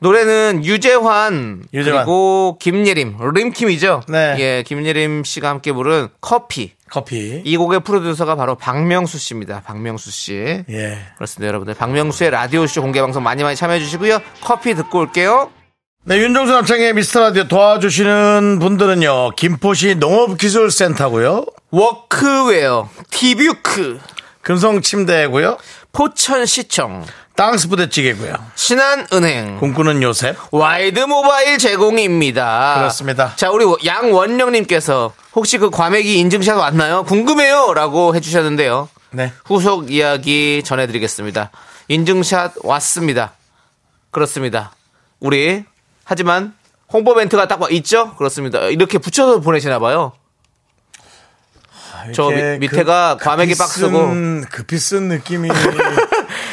B: 노래는 유재환,
A: 유재환.
B: 그리고 김예림, 림킴이죠.
A: 네.
B: 예, 김예림 씨가 함께 부른 커피.
A: 커피.
B: 이 곡의 프로듀서가 바로 박명수 씨입니다. 박명수 씨.
A: 예.
B: 그렇습니다, 여러분들. 박명수의 라디오쇼 공개방송 많이 많이 참여해주시고요. 커피 듣고 올게요.
A: 네, 윤종수 남창의 미스터 라디오 도와주시는 분들은요, 김포시 농업기술센터고요
B: 워크웨어, 티뷰크,
A: 금성 침대고요
B: 포천시청,
A: 땅스 부대찌개고요
B: 신한은행,
A: 꿈꾸는 요셉.
B: 와이드 모바일 제공입니다.
A: 그렇습니다.
B: 자, 우리 양원령님께서 혹시 그 과메기 인증샷 왔나요? 궁금해요! 라고 해주셨는데요.
A: 네.
B: 후속 이야기 전해드리겠습니다. 인증샷 왔습니다. 그렇습니다. 우리, 하지만 홍보 멘트가 딱 와- 있죠? 그렇습니다. 이렇게 붙여서 보내시나봐요. 저 밑- 밑에가 과메기 박스고.
A: 그 급히 쓴 느낌이.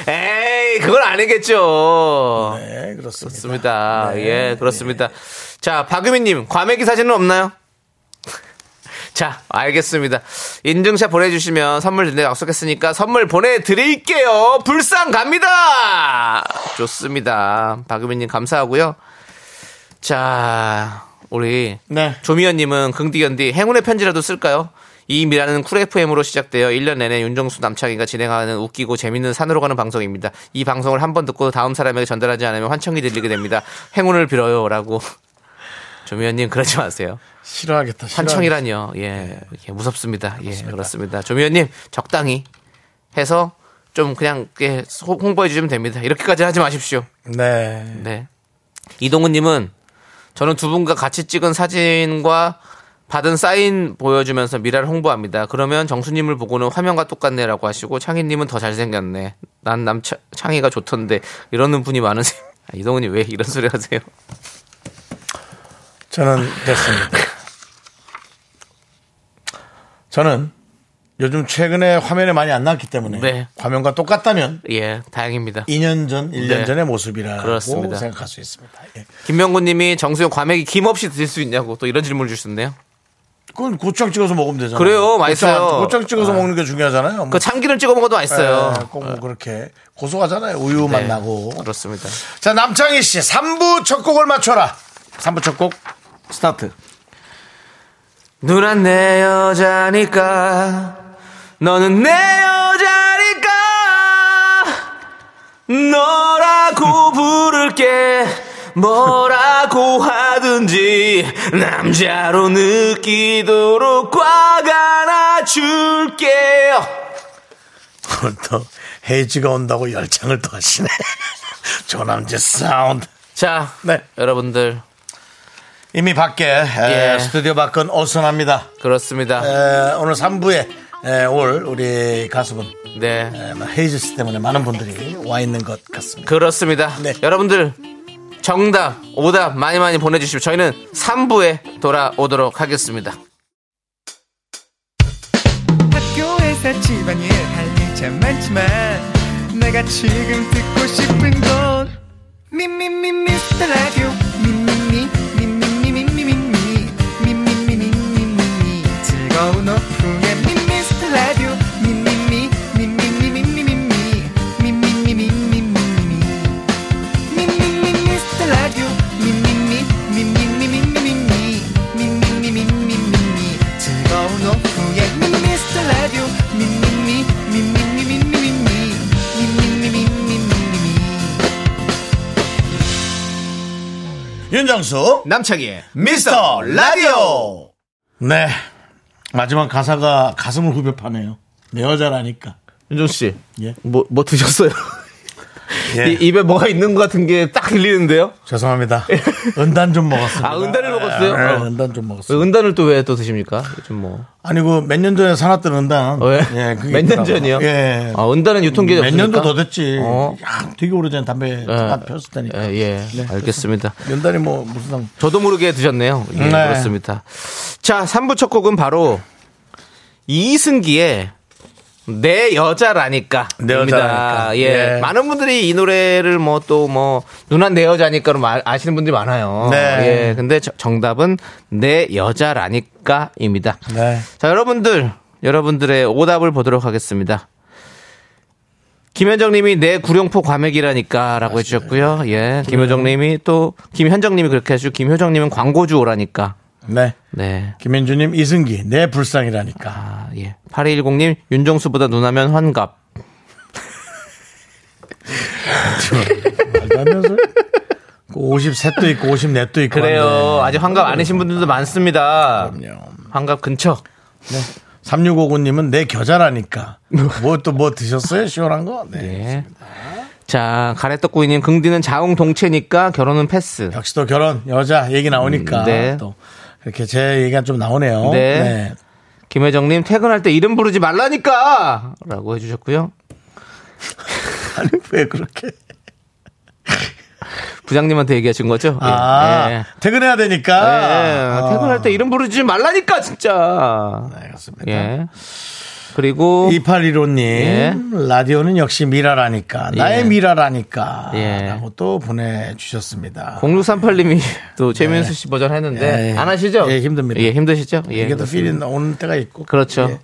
A: 네,
B: 에이, 그건 아니겠죠.
A: 네, 그렇습니다.
B: 그렇습니다. 예, 그렇습니다. 자, 박유민님, 과메기 사진은 없나요? 자, 알겠습니다. 인증샷 보내주시면 선물 드린다고 약속했으니까 선물 보내드릴게요. 불상 갑니다! 좋습니다. 박유민님, 감사하고요. 자, 우리
A: 네.
B: 조미연님은 긍디견디 행운의 편지라도 쓸까요? 이 미라는 쿨 FM으로 시작되어 1년 내내 윤정수 남창희가 진행하는 웃기고 재밌는 산으로 가는 방송입니다. 이 방송을 한 번 듣고 다음 사람에게 전달하지 않으면 환청이 들리게 됩니다. 행운을 빌어요라고 조미연님 그러지 마세요.
A: 싫어하겠다. 싫어하겠다.
B: 환청이라뇨. 예, 예, 무섭습니다. 예, 그렇습니다. 조미연님 적당히 해서 좀 그냥 예, 소- 홍보해 주시면 됩니다. 이렇게까지 하지 마십시오.
A: 네.
B: 네. 이동훈님은 저는 두 분과 같이 찍은 사진과 받은 사인 보여주면서 미라를 홍보합니다. 그러면 정수님을 보고는 화면과 똑같네라고 하시고 창희님은 더 잘생겼네. 난 남 창희가 좋던데 이러는 분이 많으세요. 아, 이동훈이 왜 이런 소리 하세요?
A: 저는 됐습니다. 저는 요즘 최근에 화면에 많이 안 나왔기 때문에
B: 네.
A: 화면과 똑같다면
B: 예, 다행입니다.
A: 2년 전, 1년
B: 네.
A: 전의 모습이라고
B: 그렇습니다.
A: 생각할 수 있습니다. 예.
B: 김명구님이 정수영 과메기 김 없이 드실 수 있냐고 또 이런 질문을 주셨네요.
A: 그건 고추장 찍어서 먹으면 되잖아요.
B: 그래요,
A: 고추장-
B: 맛있어요.
A: 고추장 찍어서 먹는 게 중요하잖아요. 뭐,
B: 그 참기름 찍어 먹어도 맛있어요.
A: 예, 꼭뭐 그렇게 고소하잖아요. 우유 맛
B: 네,
A: 나고.
B: 그렇습니다.
A: 자, 남창희 씨, 3부 첫 곡을 맞춰라. 3부 첫 곡, 스타트.
B: 누난 내 여자니까 너는 내 여자니까 너라고 부를게 뭐라고 하든지 남자로 느끼도록 꽉 안아줄게요
A: 오늘 또 헤이지가 온다고 열창을 또 하시네. 조남재 사운드.
B: 자
A: 네.
B: 여러분들
A: 이미 밖에 에,
B: 예.
A: 스튜디오 밖은 어수선합니다.
B: 그렇습니다
A: 에, 오늘 3부에 에, 올 우리 가수분
B: 네
A: 에, 뭐, 헤이즈 씨 때문에 많은 분들이 와 있는 것 같습니다.
B: 그렇습니다.
A: 네.
B: 여러분들 정답, 오답 많이 많이 보내주십시오. 저희는 3부에 돌아오도록 하겠습니다.
C: 학교에서 집안일 할 일 참 많지만 내가 지금 듣고 싶은 건 미미미 미스터 라디오 미미미 미미미 미미미 미미미 미미미 즐거운 오후에 미스터 라디오 미미미 미미미 미미미 미미미 미미미 미미미 미스터 라디오 미미미 미미미 미미미 미미미 미미미 즐거운 오후에 미스터 라디오 미미미 미미미 미미미 미미미
A: 윤정수
B: 남창희의
A: 미스터 라디오. 네 마지막 가사가 가슴을 후벼 파네요. 내 여자라니까.
B: 윤종씨
A: 예.
B: 뭐, 뭐 드셨어요? 이- 입에 뭐가 있는 것 같은 게 딱 들리는데요?
A: 죄송합니다. 은단 좀 먹었습니다.
B: 아, 은단을 먹었어요?
A: 네,
B: 어.
A: 은단 좀 먹었어요.
B: 왜 은단을 또 왜 또 드십니까? 요즘 뭐.
A: 아니 그 몇 년 전에 사놨던 은단.
B: 왜?
A: 예, 그게
B: 어, 몇 년
A: 있더라고요.
B: 전이요?
A: 예.
B: 아, 은단은 유통기한
A: 몇 년도 더 됐지.
B: 어.
A: 야, 되게 오래전 담배 잠깐 폈을
B: 예,
A: 때니까.
B: 예. 알겠습니다.
A: 연단이 뭐 무슨 상?
B: 저도 모르게 드셨네요. 예,
A: 네.
B: 그렇습니다. 자, 3부 첫 곡은 바로 이승기의 내 여자라니까.
A: 내
B: 입니다.
A: 여자라니까.
B: 예.
A: 예.
B: 많은 분들이 이 노래를 뭐 또 뭐, 누나 내 여자니까로 마- 아시는 분들이 많아요.
A: 네.
B: 예. 근데 저- 정답은 내 여자라니까입니다.
A: 네.
B: 자, 여러분들, 여러분들의 오답을 보도록 하겠습니다. 김현정 님이 내 구룡포 과메기라니까 라고 해주셨고요. 예. 김효정 님이 또, 김현정 님이 그렇게 해주고, 김효정 님은 광고주 오라니까.
A: 네.
B: 네.
A: 김현주님 이승기 내 불상이라니까.
B: 아, 예. 8210 님, 윤정수보다 누나면 환갑.
A: 말도 안 되는 소리. 그 53도 있고 54도 있고.
B: 그래요. 아직 환갑 아니신 분들도 많습니다. 네. 환갑 근처.
A: 3659님은 내 겨자라니까. 뭐 또 뭐 드셨어요? 시원한 거? 네.
B: 예. 자, 가래떡구이 님, 긍디는 자웅 동체니까 결혼은 패스.
A: 역시 또 결혼 여자 얘기 나오니까
B: 음, 네.
A: 또 이렇게 제 얘기가 좀 나오네요.
B: 네. 김혜정님 퇴근할 때 이름 부르지 말라니까라고 해주셨고요.
A: 아니 왜
B: 예.
A: 그렇게?
B: 부장님한테 얘기하신 거죠?
A: 아
B: 예. 예.
A: 퇴근해야 되니까. 아.
B: 예, 퇴근할 때 이름 부르지 말라니까 진짜.
A: 알겠습니다.
B: 예. 그리고
A: 2815님
B: 어. 예.
A: 라디오는 역시 미라라니까 나의
B: 예.
A: 미라라니까
B: 예.
A: 라고 또 보내주셨습니다
B: 0638님이 또 최민수 씨 버전 했는데
A: 네. 예.
B: 안 하시죠?
A: 예, 힘듭니다.
B: 예, 힘드시죠? 예.
A: 이게 또 필이 오는 때가 있고
B: 그렇죠.
A: 예.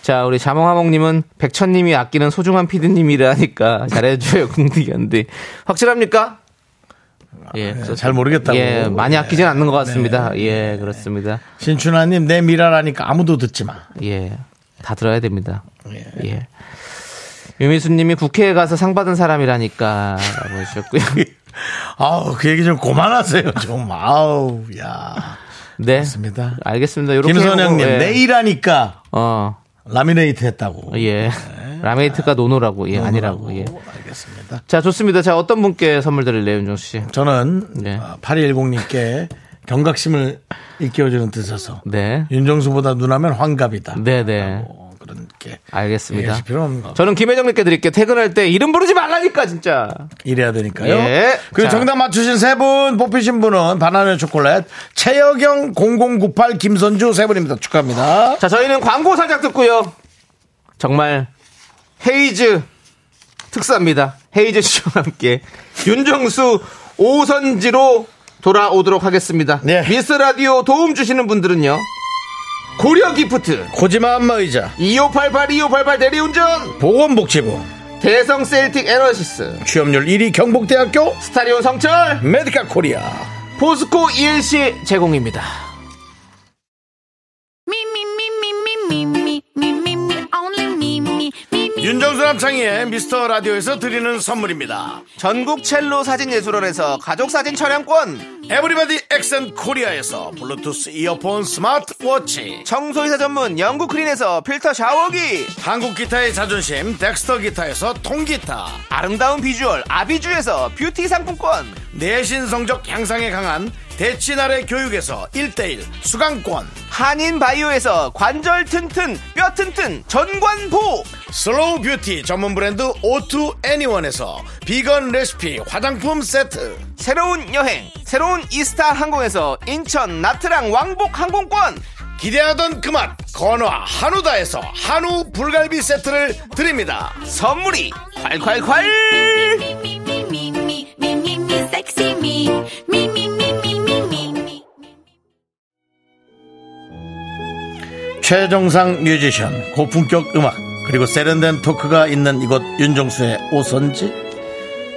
B: 자, 우리 자몽하몽님은 백천님이 아끼는 소중한 피디님이라니까 잘해줘요, 궁디견디. 확실합니까? 예, 그래서-
A: 아, 네, 잘 모르겠다고. 네.
B: 예, 많이
A: 예.
B: 아끼진 않는 것 같습니다. 예, 그렇습니다.
A: 신춘하님 내 미라라니까 아무도 듣지마
B: 예, 다 들어야 됩니다. 예. 유미수님이 국회에 가서 상 받은 사람이라니까라고
A: 예.
B: 해주셨고요.
A: 아우 그 얘기 좀 그만하세요 좀 아우 야
B: 네,
A: 맞습니다.
B: 알겠습니다. 이렇게
A: 김선영님
B: 해보고, 예.
A: 내일하니까
B: 어,
A: 라미네이트 했다고
B: 예,
A: 네.
B: 라메이트가 노노라고, 예, 아니라고, 예.
A: 알겠습니다
B: 자, 좋습니다. 자, 어떤 분께 선물 드릴래요, 윤종 씨?
A: 저는
B: 네.
A: 어, 8210님께 경각심을 일깨워주는 뜻에서
B: 네.
A: 윤정수보다 누나면 환갑이다.
B: 네네.
A: 뭐 그런 게
B: 알겠습니다.
A: 얘기하실 필요 없는 거.
B: 저는 김혜정님께 드릴게요. 퇴근할 때 이름 부르지 말라니까, 진짜.
A: 이래야 되니까요.
B: 예.
A: 그리고
B: 자.
A: 정답 맞추신 세 분 뽑히신 분은 바나나 초콜릿 최여경 0098 김선주 세 분입니다. 축하합니다.
B: 자, 저희는 광고 살짝 듣고요. 정말 헤이즈 특사입니다. 헤이즈 씨와 함께 윤정수 오선지로 돌아오도록 하겠습니다.
A: 네.
B: 미스 라디오 도움 주시는 분들은요. 고려 기프트,
A: 코지마 안마의자
B: 2588, 2588 대리운전,
A: 보건복지부
B: 대성 셀틱 에너시스,
A: 취업률 1위 경북대학교
B: 스타리온 성철,
A: 메디카 코리아
B: 포스코 ELC 제공입니다.
A: 윤정수 남창희의 미스터 라디오에서 드리는 선물입니다
B: 전국 첼로 사진 예술원에서 가족 사진 촬영권,
A: 에브리바디 엑센 코리아에서 블루투스 이어폰 스마트워치
B: 청소이사 전문 영국 크린에서 필터 샤워기,
A: 한국 기타의 자존심 덱스터 기타에서 통기타
B: 아름다운 비주얼 아비주에서 뷰티 상품권,
A: 내신 성적 향상에 강한 대치나래 교육에서 1대1 수강권
B: 한인 바이오에서 관절 튼튼, 뼈 튼튼, 전관보!
A: 슬로우 뷰티 전문 브랜드 오투 애니원에서 비건 레시피 화장품 세트
B: 새로운 여행, 새로운 이스타 항공에서 인천 나트랑 왕복 항공권,
A: 기대하던 그 맛 건화 한우다에서 한우 불갈비 세트를 드립니다
B: 선물이 콸콸콸!
A: 최정상 뮤지션 고품격 음악 그리고 세련된 토크가 있는 이곳 윤정수의 오선지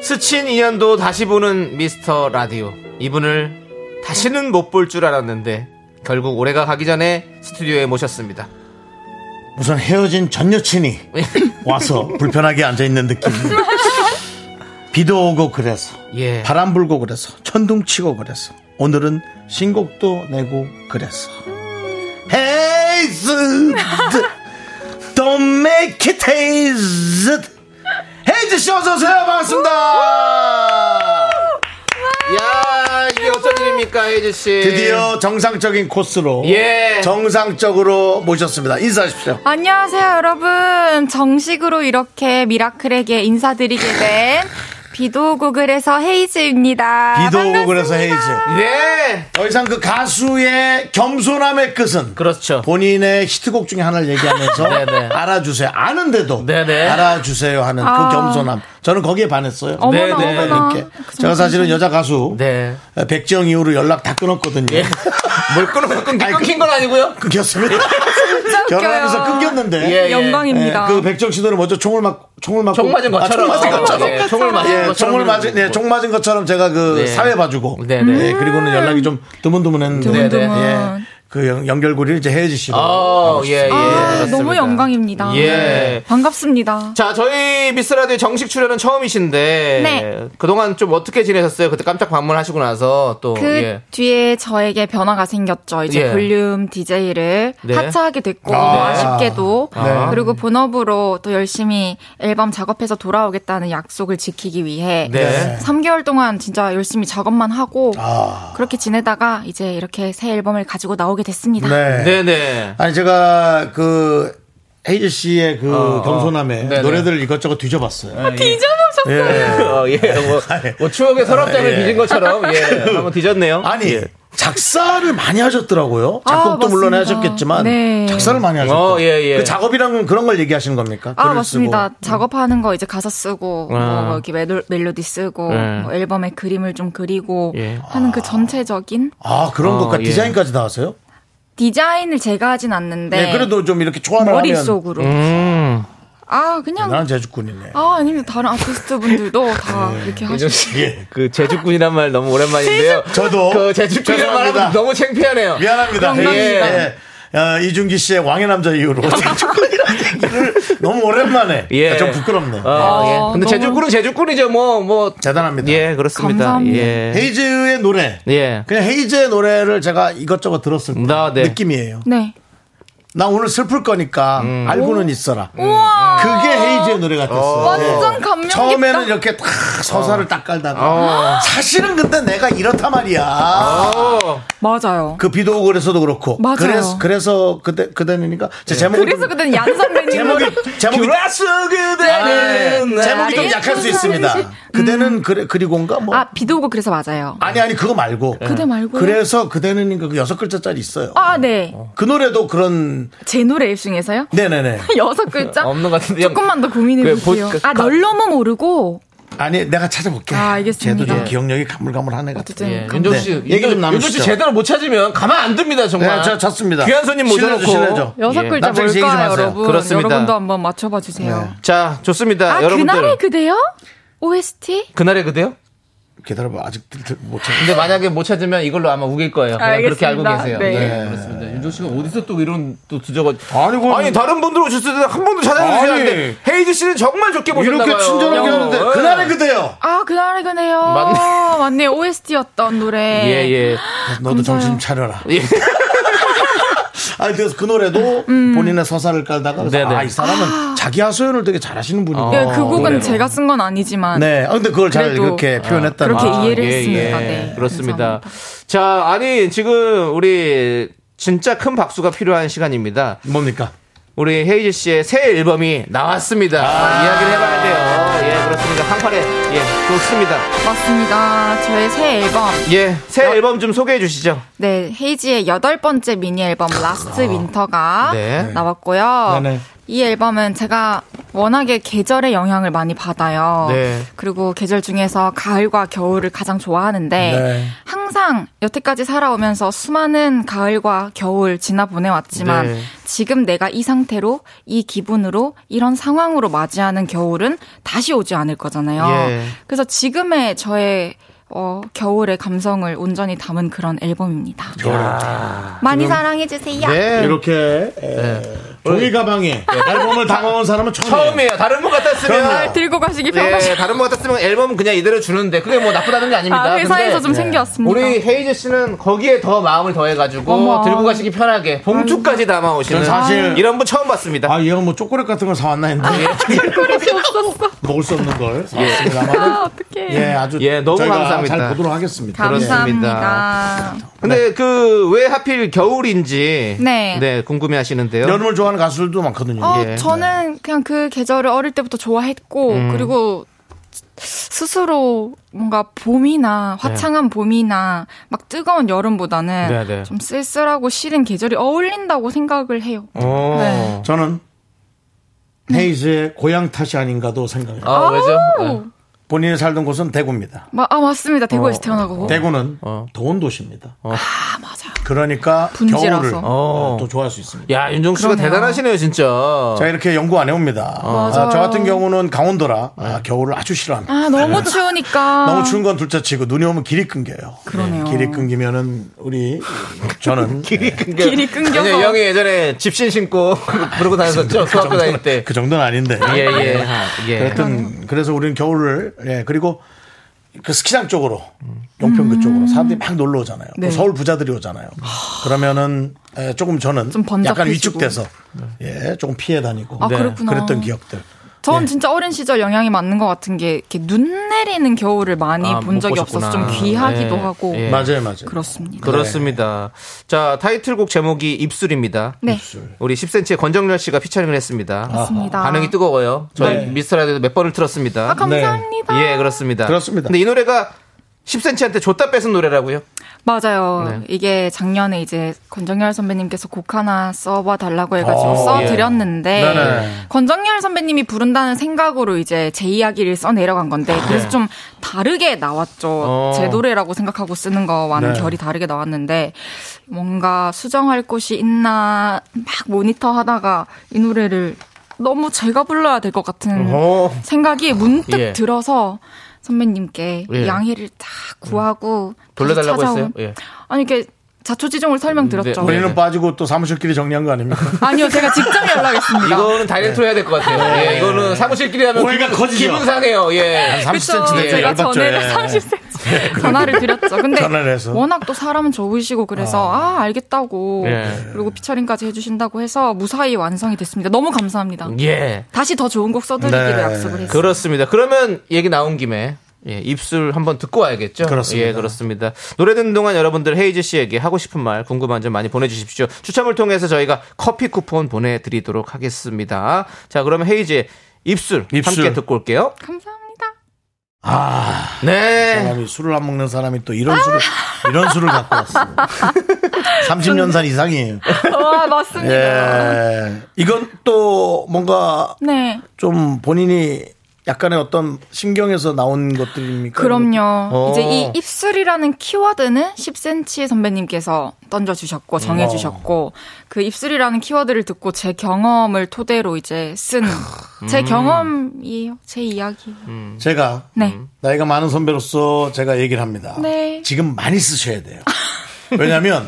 B: 스친 인연도 다시 보는 미스터 라디오. 이분을 다시는 못 볼 줄 알았는데 결국 올해가 가기 전에 스튜디오에 모셨습니다.
A: 우선 헤어진 전 여친이 와서 불편하게 앉아있는 느낌 비도 오고 그래서
B: 예.
A: 네. 바람 불고 그래서 천둥 치고 그래서 오늘은 신곡도 내고 그래서
F: 음.
A: 헤이즈 Don't make it haze 헤이즈 씨 어서 오세요 반갑습니다
B: 야 이게 어떤 일입니까 혜지 씨?
A: 드디어 정상적인 코스로
B: 예.
A: 정상적으로 모셨습니다 인사하십시오
F: 안녕하세요, 여러분. 정식으로 이렇게 미라클에게 인사드리게 된 비도 오고 그래서 헤이즈입니다.
A: 비도 오고 그래서
F: 아, 반갑습니다.
A: 헤이즈
B: 네.
A: 더 이상 그 가수의 겸손함의 끝은
B: 그렇죠.
A: 본인의 히트곡 중에 하나를 얘기하면서
B: 네네.
A: 알아주세요. 아는데도
B: 네네.
A: 알아주세요 하는 그 겸손함. 저는 거기에 반했어요.
F: 어머나,
B: 네, 네.
F: 어머나.
A: 이렇게. 제가 사실은 여자 가수
B: 네. 예.
A: 백지영 이후로 연락 다 끊었거든요.
B: 뭘 끊어 끊긴
A: 아니,
B: 끊긴 건 아니고요.
A: 끊겼습니다. 결혼하면서 끊겼는데
B: 예, 예.
F: 영광입니다.
A: 예, 그 백정 씨들은 먼저 총을 막 총을 맞고
B: 총 맞은 것처럼.
A: 아, 총 맞은 것처럼.
B: 예, 총을 맞은
A: 예,
B: 것처럼. 뭐.
A: 총을 맞은 예, 총 맞은 것처럼 제가 그
B: 네.
A: 사회 봐주고
B: 네네.
A: 예, 그리고는 연락이 좀 드문드문했는데
B: 드문드문.
A: 예, 그 연- 연결고리를 이제 헤어지 씨로
B: 어, 예, 예.
F: 아, 너무
B: 그렇습니다.
F: 영광입니다. 네,
B: 예.
F: 반갑습니다.
B: 자, 저희 미스라디오 정식 출연은 처음이신데
F: 네.
B: 그동안 좀 어떻게 지내셨어요? 그때 깜짝 방문하시고 나서 또
F: 그
B: 예.
F: 뒤에 저에게 변화가 생겼죠. 이제
B: 예.
F: 볼륨 DJ를
B: 네.
F: 하차하게 됐고
A: 아.
F: 아. 쉽게도
B: 네.
F: 그리고 본업으로 또 열심히 앨범 작업해서 돌아오겠다는 약속을 지키기 위해
B: 네.
F: 3개월 동안 진짜 열심히 작업만 하고
A: 아.
F: 그렇게 지내다가 이제 이렇게 새 앨범을 가지고 나오게 됐습니다.
A: 네.
B: 네네.
A: 아니 제가 그 헤이즈 씨의 그 겸손함에
B: 어, 네네. 아, 예.
A: 노래들을 이것저것 뒤져봤어요.
F: 뒤져보셨어요?
B: 어,
A: 아,
B: 예, 뭐, 뭐 추억의 서랍장을 뒤진 것처럼 예, 한번 뒤졌네요.
A: 아니 작사를 많이 하셨더라고요.
F: 아,
A: 작곡도 물론
F: 맞습니다.
A: 하셨겠지만
F: 네.
A: 작사를 많이 하셨고
B: 어, 예, 예.
A: 그 작업이란 건 그런 걸 얘기하시는 겁니까?
F: 아
A: 글을
F: 맞습니다.
A: 쓰고.
F: 작업하는 거 이제 가사 쓰고
B: 아.
F: 뭐, 뭐 이렇게 멜로, 멜로디 쓰고
B: 네.
F: 뭐 앨범에 그림을 좀 그리고
B: 예.
F: 하는 그 전체적인
A: 아 그런
B: 어,
A: 것과
B: 예.
A: 디자인까지 나왔어요?
F: 디자인을 제가 하진 않는데
A: 예, 그래도 좀 이렇게 초안을 하면
F: 네. 머릿속으로
B: 음.
F: 아 그냥
A: 나는 제주꾼이네.
F: 아 아닙니다 다른 아티스트 분들도 다
A: 네.
F: 이렇게 하시고
A: 예.
B: 그 제주꾼이란 말 너무 오랜만인데요.
A: 저도
B: 그 제주꾼이란 말
A: 죄송합니다.
B: 하면 너무 창피하네요.
A: 미안합니다.
B: 영광입니다.
A: 예. 어, 이준기 씨의 왕의 남자 이후로 제주꾼이라는 얘기를 너무 오랜만에
B: 예.
A: 좀 부끄럽네.
B: 어,
F: 아,
B: 예. 근데
F: 너무-
B: 제주꾼은 제주꾼이죠. 뭐, 뭐.
A: 대단합니다.
B: 예, 그렇습니다.
F: 감사합니다. 네.
B: 예.
A: 헤이즈의 노래.
B: 예.
A: 그냥 헤이즈의 노래를 제가 이것저것 들었을 때
B: 나, 네.
A: 느낌이에요.
F: 네
A: 나 오늘 슬플 거니까
B: 음.
A: 알고는 있어라.
F: 음. 우와
A: 그게 헤이즈의 노래 같았어요.
F: 완전 감명
A: 처음에는
F: 깊다
A: 이렇게 딱 서사를 딱 깔다가 사실은 근데 내가 이렇다 말이야.
B: 어,
F: 맞아요
A: 그 비도 오고 그래서도 그렇고.
F: 맞아요.
A: 그래서 그래서 그때 그대니까 제
B: 네.
A: 제목이
F: 그래서
A: 좀-
F: 그땐 얀 선배님으로
A: 제목이 제목이
B: 그라스 그대는
A: 아, 제목이 좀
F: 나를
A: 약할 수
F: 찾아내시-
A: 있습니다. 그대는 그래 그리고인가 뭐
F: 음. 아 비도 오고 그래서 맞아요
A: 아니 아니 그거 말고
B: 네.
F: 그대 말고요?
A: 그래서 그대는인가 그 여섯 글자짜리 있어요.
F: 아 네
A: 그 노래도 그런
F: 제 노래 중에서요
A: 네네네.
F: 여섯 글자
B: 없는 것 같은데.
F: 조금만 더
B: 그 보-
F: 고민해볼게요.
B: 그 가-
F: 아, 널 너무 모르고
A: 아니 내가 찾아볼게.
F: 아, 알겠습니다.
A: 쟤도 좀 기억력이 가물가물하네 같아.
F: 어쨌든
B: 예,
F: 감-
B: 윤정 씨,
A: 네,
B: 윤정-
A: 얘기 좀 나누시죠.
B: 윤정 씨 제대로 못 찾으면 가만 안 둡니다 정말.
A: 네, 저 찾습니다.
B: 귀한 손님 모셔놓고.
A: 신뢰죠, 신뢰죠.
F: 여섯
B: 예.
F: 글자
A: 남창희 씨 얘기 좀
F: 뭘까요,
A: 하세요.
F: 여러분?
B: 그렇습니다. 네.
F: 여러분도 한번 맞춰봐 주세요.
B: 자, 좋습니다.
F: 아,
B: 여러분들
F: 그날의 그대요? OST?
B: 그날의 그대요?
A: 기다려봐 아직 들- 들- 못 찾.
B: 근데 만약에 못 찾으면 이걸로 아마 우길 거예요. 그냥 그렇게 알고 계세요.
F: 알겠습니다. 네.
B: 네, 그렇습니다. 윤종 씨가 어디서 또 이런 또 뒤져가
A: 아니, 그건-
B: 다른 분들 오셨을 때 한 번도 찾아주지
A: 아니.
B: 않는데 헤이즈 씨는 정말 좋게 보셨나 봐요.
A: 이렇게 친절하게 하는데
B: 어,
A: 그날의 그대요.
F: 아, 그날의 그대요.
B: 맞네.
F: 맞네. OST였던 노래.
B: 예, 예.
F: 아,
A: 너도 정신 차려라.
B: 예.
A: 아니 그래서 그 노래도
F: 음.
A: 본인의 서사를 깔다가 그래서
B: 네네.
A: 아, 이 사람은 자기 하소연을 되게 잘하시는 분이고.
F: 예,
B: 아,
F: 그 곡은
B: 노래로.
F: 제가 쓴 건 아니지만.
A: 네. 아, 근데 그걸 잘
F: 그래도-
A: 그렇게 표현했다는
F: 그렇게
A: 거.
F: 이해를 했습니다. 네,
B: 그렇습니다. 자, 아니 지금 우리 진짜 큰 박수가 필요한 시간입니다.
A: 뭡니까?
B: 우리 헤이즈 씨의 새 앨범이 나왔습니다.
F: 아.
B: 이야기를 해봐야 돼요. 예, 그렇습니다. 한팔에 예, 좋습니다.
F: 맞습니다. 저의 새 앨범.
B: 예, 새 앨범 좀 소개해 주시죠.
F: 네, 헤이지의 여덟 번째 미니 앨범 라스트 윈터가
B: 네.
F: 나왔고요.
A: 네네.
F: 이 앨범은 제가 워낙에 계절의 영향을 많이 받아요.
B: 네.
F: 그리고 계절 중에서 가을과 겨울을 가장 좋아하는데
A: 네.
F: 항상 여태까지 살아오면서 수많은 가을과 겨울 지나 보내왔지만
B: 네.
F: 지금 내가 이 상태로 이 기분으로 이런 상황으로 맞이하는 겨울은 다시 오지 않을 거잖아요.
B: 예.
F: 그래서 지금의 저의 어, 겨울의 감성을 온전히 담은 그런 앨범입니다. 많이 사랑해 주세요.
B: 네.
A: 이렇게 에, 종이 가방에 앨범을 담아온 사람은 처음이에요.
B: 처음이에요. 다른 분 같았으면.
F: 들고 가시기
B: 예,
F: 편하시.
B: 다른 분 같았으면 앨범 그냥 이대로 주는데 그게 뭐 나쁘다는 게 아닙니다.
F: 아, 회사에서
B: 근데 예. 네.
F: 좀 생겼습니다.
B: 우리 헤이즈 씨는 거기에 더 마음을 더해가지고
F: 어머.
B: 들고 가시기 편하게 봉투까지 담아오시는
A: 저는 사실-
B: 이런 분 처음 봤습니다.
A: 아, 얘가 뭐 초콜릿 같은 걸 사왔나
B: 아, 예.
A: 했는데
F: 꼬리지 없었어.
A: 먹을 수 없는 걸 사왔습니다만.
F: 아, 어떡해.
A: 예, 아주
B: 예, 너무
A: 저희가
B: 감사합니다.
A: 잘 보도록 하겠습니다. 예.
F: 감사합니다.
B: 근데 그 왜 하필 겨울인지
F: 네.
B: 궁금해 하시는데요.
A: 여름을 좋아하는 가수들도 많거든요.
F: 어,
B: 예. 음.
F: 저는 그냥 그 계절을 어릴 때부터 좋아했고 그리고 스스로 뭔가 봄이나 화창한 봄이나 막 뜨거운 여름보다는
B: 예. 네, 네.
F: 좀 쓸쓸하고 시린 계절이 어울린다고 생각을 해요.
B: 어.
F: 네.
A: 저는 헤이즈의 고향 탓이 아닌가도 생각해요.
B: 아,
F: 어.
B: 왜죠? 네.
F: 오!
A: 본인이 살던 곳은 대구입니다.
F: 마- 아 맞습니다. 대구에서 태어나고.
A: 대구는
B: 어.
A: 더운 도시입니다.
F: 아 맞아.
A: 그러니까
F: 분지라서.
A: 겨울을
B: 어.
A: 또 좋아할 수 있습니다.
B: 야, 윤종 씨가
F: 그러네요.
B: 대단하시네요, 진짜.
A: 제가 이렇게 연구 안 해옵니다.
B: 어.
A: 아, 저
F: 어.
A: 같은 경우는 강원도라
B: 네.
A: 아, 겨울을 아주 싫어합니다.
F: 아 너무 추우니까.
A: 너무 추운 건 둘째치고 눈이 오면 길이 끊겨요.
F: 아. 그러네요.
A: 길이 끊기면은 우리 저는 네,
F: 길이 끊겨서.
B: 왜냐면 형이 예전에 집신 신고 그러고 다녔었죠. 수학교 다닐 때.
A: 그 정도는 아닌데.
B: 예, 예. 아, 예.
A: 하여튼 그래서 우리는 겨울을 예 그리고 그 스키장 쪽으로 용평 그쪽으로 사람들이 막 놀러 오잖아요. 또
F: 음. 네.
A: 서울 부자들이 오잖아요. 그러면은 예, 조금 저는
F: 좀 번잡해지고.
A: 약간 위축돼서
B: 네.
A: 예 조금 피해 다니고
F: 아, 그렇구나.
A: 그랬던 기억들.
F: 전
A: 예.
F: 진짜 어린 시절 영향이 맞는 것 같은 게 이렇게 눈 내리는 겨울을 많이
B: 아, 못
F: 본 적이 없어서 좀
B: 보셨구나.
F: 귀하기도
B: 예,
F: 하고
B: 예. 네.
A: 맞아요, 맞아요.
F: 그렇습니다.
B: 그렇습니다. 자, 타이틀곡 제목이 입술입니다.
F: 네.
B: 우리 10cm의 권정열 씨가 피처링을 했습니다.
F: 맞습니다.
B: 반응이 뜨거워요. 저희
A: 네.
B: 미스터라디오도 몇 번을 틀었습니다.
F: 아 감사합니다.
B: 예, 그렇습니다.
A: 그렇습니다.
B: 근데 이 노래가 10cm한테 줬다 뺏은 노래라고요?
F: 맞아요.
B: 네.
F: 이게 작년에 이제 권정열 선배님께서 곡 하나 써봐 달라고 해가지고
A: 어,
F: 써드렸는데
A: 예. 네네.
F: 권정열 선배님이 부른다는 생각으로 이제 제 이야기를 써내려간 건데 그래서 좀 다르게 나왔죠.
B: 아, 네. 어.
F: 제 노래라고 생각하고 쓰는 거와는
A: 네.
F: 결이 다르게 나왔는데 뭔가 수정할 곳이 있나 막 모니터하다가 이 노래를 너무 제가 불러야 될 것 같은
B: 어.
F: 생각이 문득
B: 예.
F: 들어서 선배님께
B: 예. 음.
F: 양해를 다 구하고 다시
B: 돌려달라고
F: 찾아온-
B: 했어요? 예.
F: 아니 이게 자초지종을 설명드렸죠.
B: 네,
A: 우리는
B: 네.
A: 빠지고 또 사무실끼리 정리한 거 아닙니까?
F: 아니요, 제가 직접 연락했습니다.
B: 이거는 다이렉트로 해야 될 것 같아요. 예, 이거는 사무실끼리 하면
A: 네. 오해가
B: 기분,
A: 커지죠.
B: 기분 상해요. 예.
F: 그쵸,
A: 30cm 되죠,
F: 제가
A: 열받죠,
F: 전에
A: 예.
F: 30cm 전화를 드렸죠. 근데
A: 전화를 해서.
F: 워낙 또 사람은 좋으시고 그래서 아, 알겠다고
B: 예.
F: 그리고 피처링까지 해주신다고 해서 무사히 완성이 됐습니다. 너무 감사합니다.
B: 예.
F: 다시 더 좋은 곡 써드리기로
A: 네.
F: 약속을 했어요.
B: 그렇습니다. 그러면 얘기 나온 김에 예, 입술 한번 듣고 와야겠죠?
A: 그렇습니다.
B: 예, 그렇습니다. 노래 듣는 동안 여러분들 헤이즈 씨에게 하고 싶은 말, 궁금한 점 많이 보내주십시오. 추첨을 통해서 저희가 커피 쿠폰 보내드리도록 하겠습니다. 자, 그러면 헤이즈의 입술,
A: 입술.
B: 함께 듣고 올게요.
F: 감사합니다.
B: 네.
A: 사람이 술을 안 먹는 사람이 또 이런 술을 이런 술을 갖고 왔어. 30년산 이상이에요.
F: 와 맞습니다.
A: 예. 이건 또 뭔가
F: 네.
A: 좀 본인이 약간의 어떤 심경에서 나온 것들입니까?
F: 그럼요.
B: 어.
F: 이제 이 입술이라는 키워드는 10cm 선배님께서 던져주셨고 정해주셨고 그 입술이라는 키워드를 듣고 제 경험을 토대로 이제 쓴
A: 음.
F: 제 경험이에요. 제 이야기.
A: 제가
F: 네.
A: 나이가 많은 선배로서 제가 얘기를 합니다.
F: 네.
A: 지금 많이 쓰셔야 돼요. 왜냐하면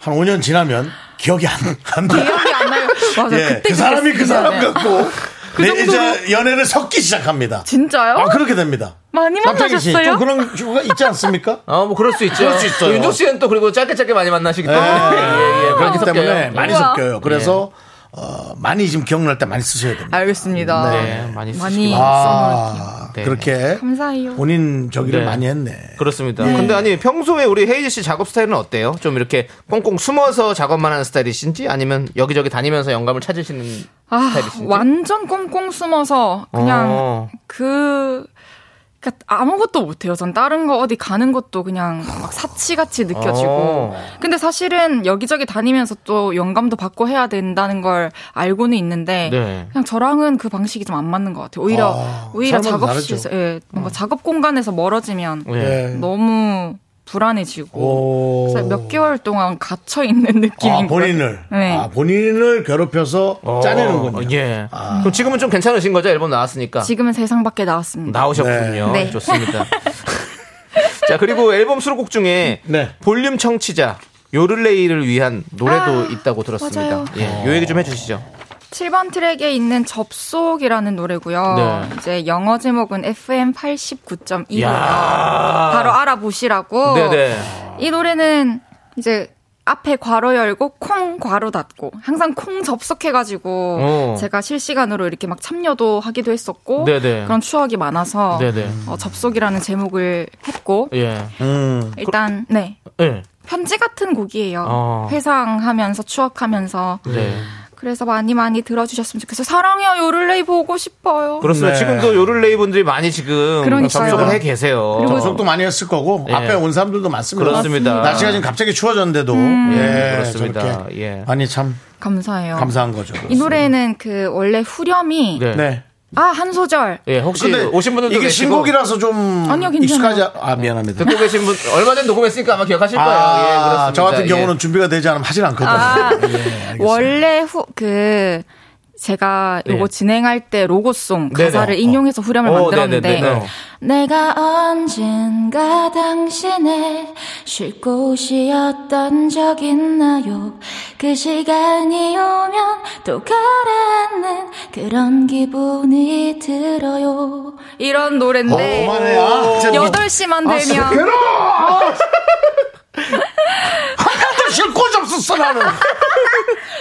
A: 한 5년 지나면 기억이 안, 안 나요.
F: 기억이 안 나요. 맞아.
A: 예,
F: 그때
A: 그 사람이 그
F: 그랬어요.
A: 사람
F: 네.
A: 같고 내 이제
F: 정도로?
A: 연애를 섞기 시작합니다.
F: 진짜요?
A: 아 그렇게 됩니다.
F: 많이
A: 남창희 씨, 좀
F: 만나셨어요?
A: 그런 경우가 있지 않습니까?
B: 아, 뭐 그럴 수 있죠.
A: 그럴 수 있어요. 네.
B: 윤종 씨는 또 그리고 짧게 짧게 많이 만나시기 때문에 예, 예, 예.
A: 그렇기
B: 그렇게
A: 때문에
B: 때문에
A: 많이
F: 우와.
A: 섞여요. 그래서 어, 많이 지금 기억날 때 많이 쓰셔야 됩니다.
F: 알겠습니다.
B: 네, 많이 쓰시기
F: 많이 써놓을게요.
A: 아,
B: 네.
A: 그렇게
F: 감사해요.
A: 본인 저기를
B: 네.
A: 많이 했네.
B: 그렇습니다. 근데 아니 평소에 우리 헤이즈 씨 작업 스타일은 어때요? 좀 이렇게 꽁꽁 숨어서 작업만 하는 스타일이신지 아니면 여기저기 다니면서 영감을 찾으시는
F: 아,
B: 스타일이신지?
F: 완전 꽁꽁 숨어서 그냥
B: 어.
F: 그 그러니까 아무것도 못해요. 전 다른 거 어디 가는 것도 그냥 막 사치같이 느껴지고.
B: 어.
F: 근데 사실은 여기저기 다니면서 또 영감도 받고 해야 된다는 걸 알고는 있는데
B: 네.
F: 그냥 저랑은 그 방식이 좀 안 맞는 것 같아요. 오히려
A: 아, 어.
F: 오히려
A: 사람마다
F: 작업실에서 예, 뭔가 작업 공간에서 멀어지면
B: 예.
A: 예.
F: 너무 불안해지고
A: 오.
F: 그래서 몇 개월 동안 갇혀 있는
A: 아,
F: 느낌인 것 같아요.
A: 본인을.
F: 네.
A: 아, 본인을 괴롭혀서
B: 어,
A: 짜내는군요.
B: 예. 그럼 지금은 좀 괜찮으신 거죠? 앨범 나왔으니까.
F: 지금은 세상 밖에 나왔습니다.
B: 나오셨군요.
F: 네. 네.
B: 좋습니다. 자, 그리고 앨범 수록곡 중에
A: 네.
B: 볼륨 청취자 요를레이를 위한 노래도
F: 아,
B: 있다고 들었습니다.
F: 맞아요.
B: 예. 요 얘기 좀 해주시죠.
F: 7번 트랙에 있는 접속이라는 노래고요.
B: 네.
F: 이제 영어 제목은 FM 89.2고요.
B: 야.
F: 바로 알아보시라고.
B: 네네.
F: 이 노래는 이제 앞에 괄호 열고 콩 괄호 닫고 항상 콩 접속해가지고
B: 어.
F: 제가 실시간으로 이렇게 막 참여도 하기도 했었고
B: 네네.
F: 그런 추억이 많아서
B: 네네.
F: 어, 접속이라는 제목을 했고
B: 예.
A: 음.
F: 일단 네
B: 예.
F: 편지 같은 곡이에요.
B: 어.
F: 회상하면서 추억하면서
B: 네.
F: 그래서 많이 많이 들어주셨으면 좋겠어요. 사랑해요 요를레이 보고 싶어요.
B: 그렇습니다.
A: 네.
B: 지금도 요를레이 분들이 많이 지금
F: 그러니까요.
B: 접속을 해 계세요.
F: 그리고
A: 접속도 많이 했을 거고
B: 예.
A: 앞에 온 사람들도 많습니다.
B: 그렇습니다.
A: 날씨가 지금 갑자기 추워졌는데도 예,
B: 그렇습니다.
A: 저렇게.
B: 예.
A: 아니 참
F: 감사해요.
A: 감사한 거죠.
F: 아. 이 노래는 그 원래 후렴이
B: 네.
A: 네.
F: 아 한 소절
B: 예, 혹시
A: 근데
B: 오신 분들도
A: 이게
B: 계시고
A: 신곡이라서 좀
F: 아니요, 괜찮아요.
A: 익숙하지 않- 아 미안합니다.
B: 듣고 계신 분 얼마 전에 녹음했으니까 아마 기억하실 거예요. 예,
A: 아,
B: 그렇습니다.
A: 저 같은
B: 예.
A: 경우는 준비가 되지 않으면 하진 않거든요.
F: 아.
A: 예, 알겠습니다.
F: 원래 후 그 제가 요거
B: 네.
F: 진행할 때 로고송
B: 네네.
F: 가사를 인용해서 후렴을
B: 어,
F: 만들었는데
B: 네네네. 어.
F: 내가 언젠가 당신의 쉴 곳이었던 적 있나요 그 시간이 오면 또 가라앉는 그런 기분이 들어요 이런 노래인데
A: 그만해. 아, 진짜 너-
F: 8시만 되면
A: 하나도 쉴 곳이 없었어 나는.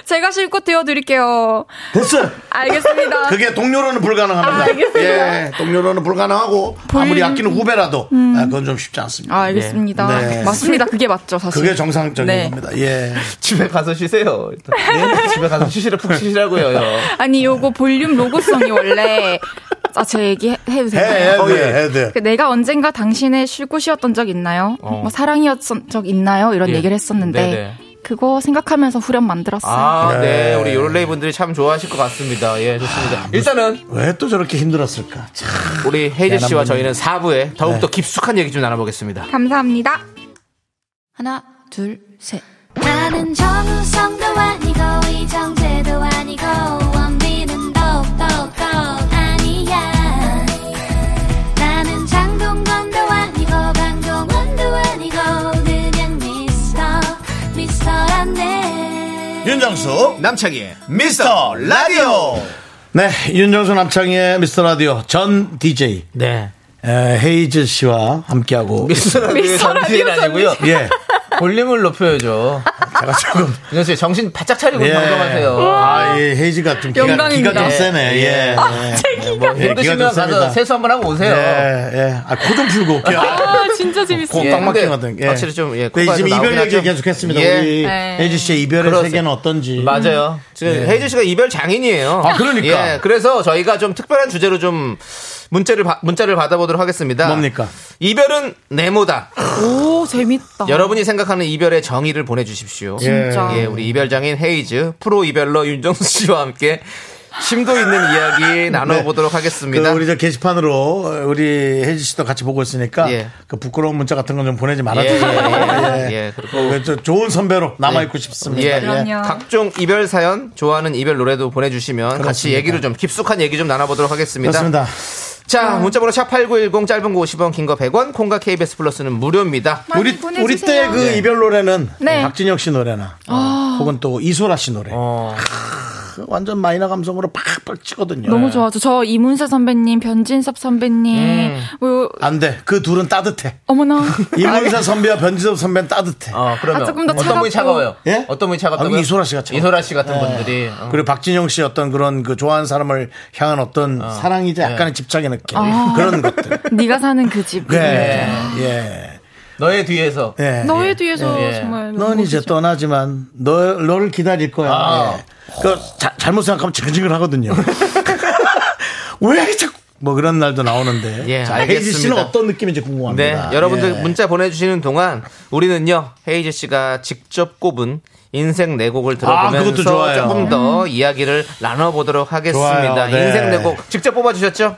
F: 제가 실컷 띄워드릴게요
A: 됐어.
F: 알겠습니다
A: 그게 동료로는 불가능합니다.
F: 아, 알겠습니다.
A: 예, 동료로는 불가능하고 아무리 아끼는 후배라도
F: 음.
A: 아, 그건 좀 쉽지 않습니다.
F: 아, 알겠습니다.
A: 네.
F: 맞습니다. 그게 맞죠, 사실.
A: 그게 정상적인
F: 네.
A: 겁니다. 예.
B: 집에 가서 쉬세요. 일단. 집에 가서 쉬시라 푹 쉬시라고요. 예.
F: 아니, 요거 볼륨 로고송이 원래. 아, 제 얘기 해- 해도
A: 해, 해,
B: 어,
F: 될까요?
B: 예.
A: 해, 해, 어. 해.
F: 그 내가 언젠가 당신의 쉴 곳이었던 적 있나요? 뭐 사랑이었던 적 있나요? 이런
B: 예.
F: 얘기를 했었는데.
B: 네네.
F: 그거 생각하면서 후렴 만들었어요.
B: 아,
A: 네.
B: 네. 우리 요를레이 분들이 참 좋아하실 것 같습니다. 예, 좋습니다. 일단은
A: 왜 또 저렇게 힘들었을까? 참.
B: 우리 헤이즈 씨와 저희는 4부에 더욱더 깊숙한 얘기 좀 나눠보겠습니다.
F: 감사합니다.
G: 하나, 둘, 셋.
E: 나는 정우성도 아니고 이정재도 아니고 원빈은 더욱더 아니야 나는 장동건도 아니고 강동원도 아니고 그냥 미스터 미스터란데
A: 윤정수 남창희의 미스터 라디오. 네, 윤정수 남창희의 미스터 라디오 전 DJ
B: 네.
A: 에, 헤이즈 씨와 함께하고
B: 미스터라디오 전지는 아니고요.
A: 예,
B: 볼륨을 높여야죠.
A: 제가 조금
B: 윤정수 씨 정신 바짝 차리고
A: 예.
B: 방송하세요.
A: 아, 예, 헤이즈가 좀 기가, 기가
F: 영광입니다.
A: 좀 세네. 예. 예.
B: 뭐
A: 예, 기가
B: 힘드시면
A: 좀
B: 가서
A: 셉니다.
B: 세수 한번 하고 오세요.
A: 예, 예. 아, 코 좀 풀고 올게요.
F: 아, 진짜 재밌어요.
B: 예,
A: 꽉
B: 근데
A: 막히거든. 예.
B: 확실히 좀, 예,
A: 근데
B: 코가
A: 지금
B: 좀
A: 이별
B: 나오긴
A: 얘기
B: 하죠.
A: 계속했습니다.
B: 예.
A: 우리
F: 네.
A: 헤이즈 씨의 이별의
B: 그렇습니다.
A: 세계는 어떤지.
B: 맞아요. 지금 헤이즈 씨가 이별 장인이에요.
A: 음. 예. 아, 그러니까.
B: 예, 그래서 저희가 좀 특별한 주제로 좀 문자를 받- 문자를 받아보도록 하겠습니다.
A: 뭡니까?
B: 이별은 네모다.
F: 오, 재밌다.
B: 여러분이 생각하는 이별의 정의를 보내주십시오.
A: 예.
F: 진짜.
B: 예, 우리 이별 장인 헤이즈 프로 이별러 윤정수 씨와 함께 심도 있는 이야기 나눠보도록
A: 네. 그
B: 하겠습니다.
A: 우리 저 게시판으로 우리 혜지 씨도 같이 보고 있으니까
B: 예.
A: 그 부끄러운 문자 같은 건 좀 보내지
B: 예,
A: 말아주세요.
B: 예, 예. 예, 그리고-
A: 그저 좋은 선배로 남아 있고 싶습니다.
B: 예.
F: 그럼요.
B: 각종 이별 사연, 좋아하는 이별 노래도 보내주시면 같이
A: 그렇습니다.
B: 얘기를 좀 깊숙한 얘기 좀 나눠보도록 하겠습니다.
A: 그렇습니다.
B: 자, 문자번호 샵 8910 짧은 거 50원, 긴 거 100원, 콩과 KBS 플러스는 무료입니다.
F: 많이
A: 우리
F: 보내주세요.
A: 우리 때 그
B: 네.
A: 이별 노래는
F: 네. 아.
A: 박진영 씨 노래나 혹은 또 이소라 씨 노래
B: 어,
A: 그 완전 마이너 감성으로 팍팍 치거든요. 네.
F: 너무 좋아서 저 이문세 선배님, 변진섭 선배님,
A: 음.
F: 뭐
A: 안 돼. 그 둘은 따뜻해.
F: 어머나
A: 이문세 선배와 변지섭 선배는 따뜻해.
B: 어, 그러면
F: 아, 조금 더
B: 어떤 분이
F: 차갑고.
B: 차가워요?
A: 예?
B: 어떤 분이 차갑다고요?
A: 아니, 이소라 씨가 차가워요.
B: 이소라 씨 같은 분들이 어.
A: 그리고 박진영 씨 어떤 그런 그 좋아하는 사람을 향한 어떤
B: 예.
A: 사랑이자 약간의 집착의 느낌
F: 아.
A: 그런 것들.
F: 네가 사는 그 집.
A: 예. 네. 예.
B: 너의 뒤에서
A: 예.
F: 너의 뒤에서
B: 예.
F: 정말
A: 넌
F: 너무
A: 이제
F: 멋지죠.
A: 떠나지만 너, 너를 기다릴 거야.
B: 아.
A: 예. 그 자- 잘못 생각하면 징글징글 하거든요. 왜 자꾸 뭐 그런 날도 나오는데.
B: 예,
A: 자,
B: 알겠습니다.
A: 헤이지 씨는 어떤 느낌인지
B: 네,
A: 궁금합니다.
B: 여러분들
A: 예.
B: 문자 보내주시는 동안 우리는요 헤이즈 씨가 직접 꼽은 인생 네 곡을
A: 아,
B: 들어보면서
A: 그것도 좋아요.
B: 조금 더 이야기를 나눠보도록 하겠습니다.
A: 좋아요, 네.
B: 인생 음. 네 곡 직접 뽑아주셨죠?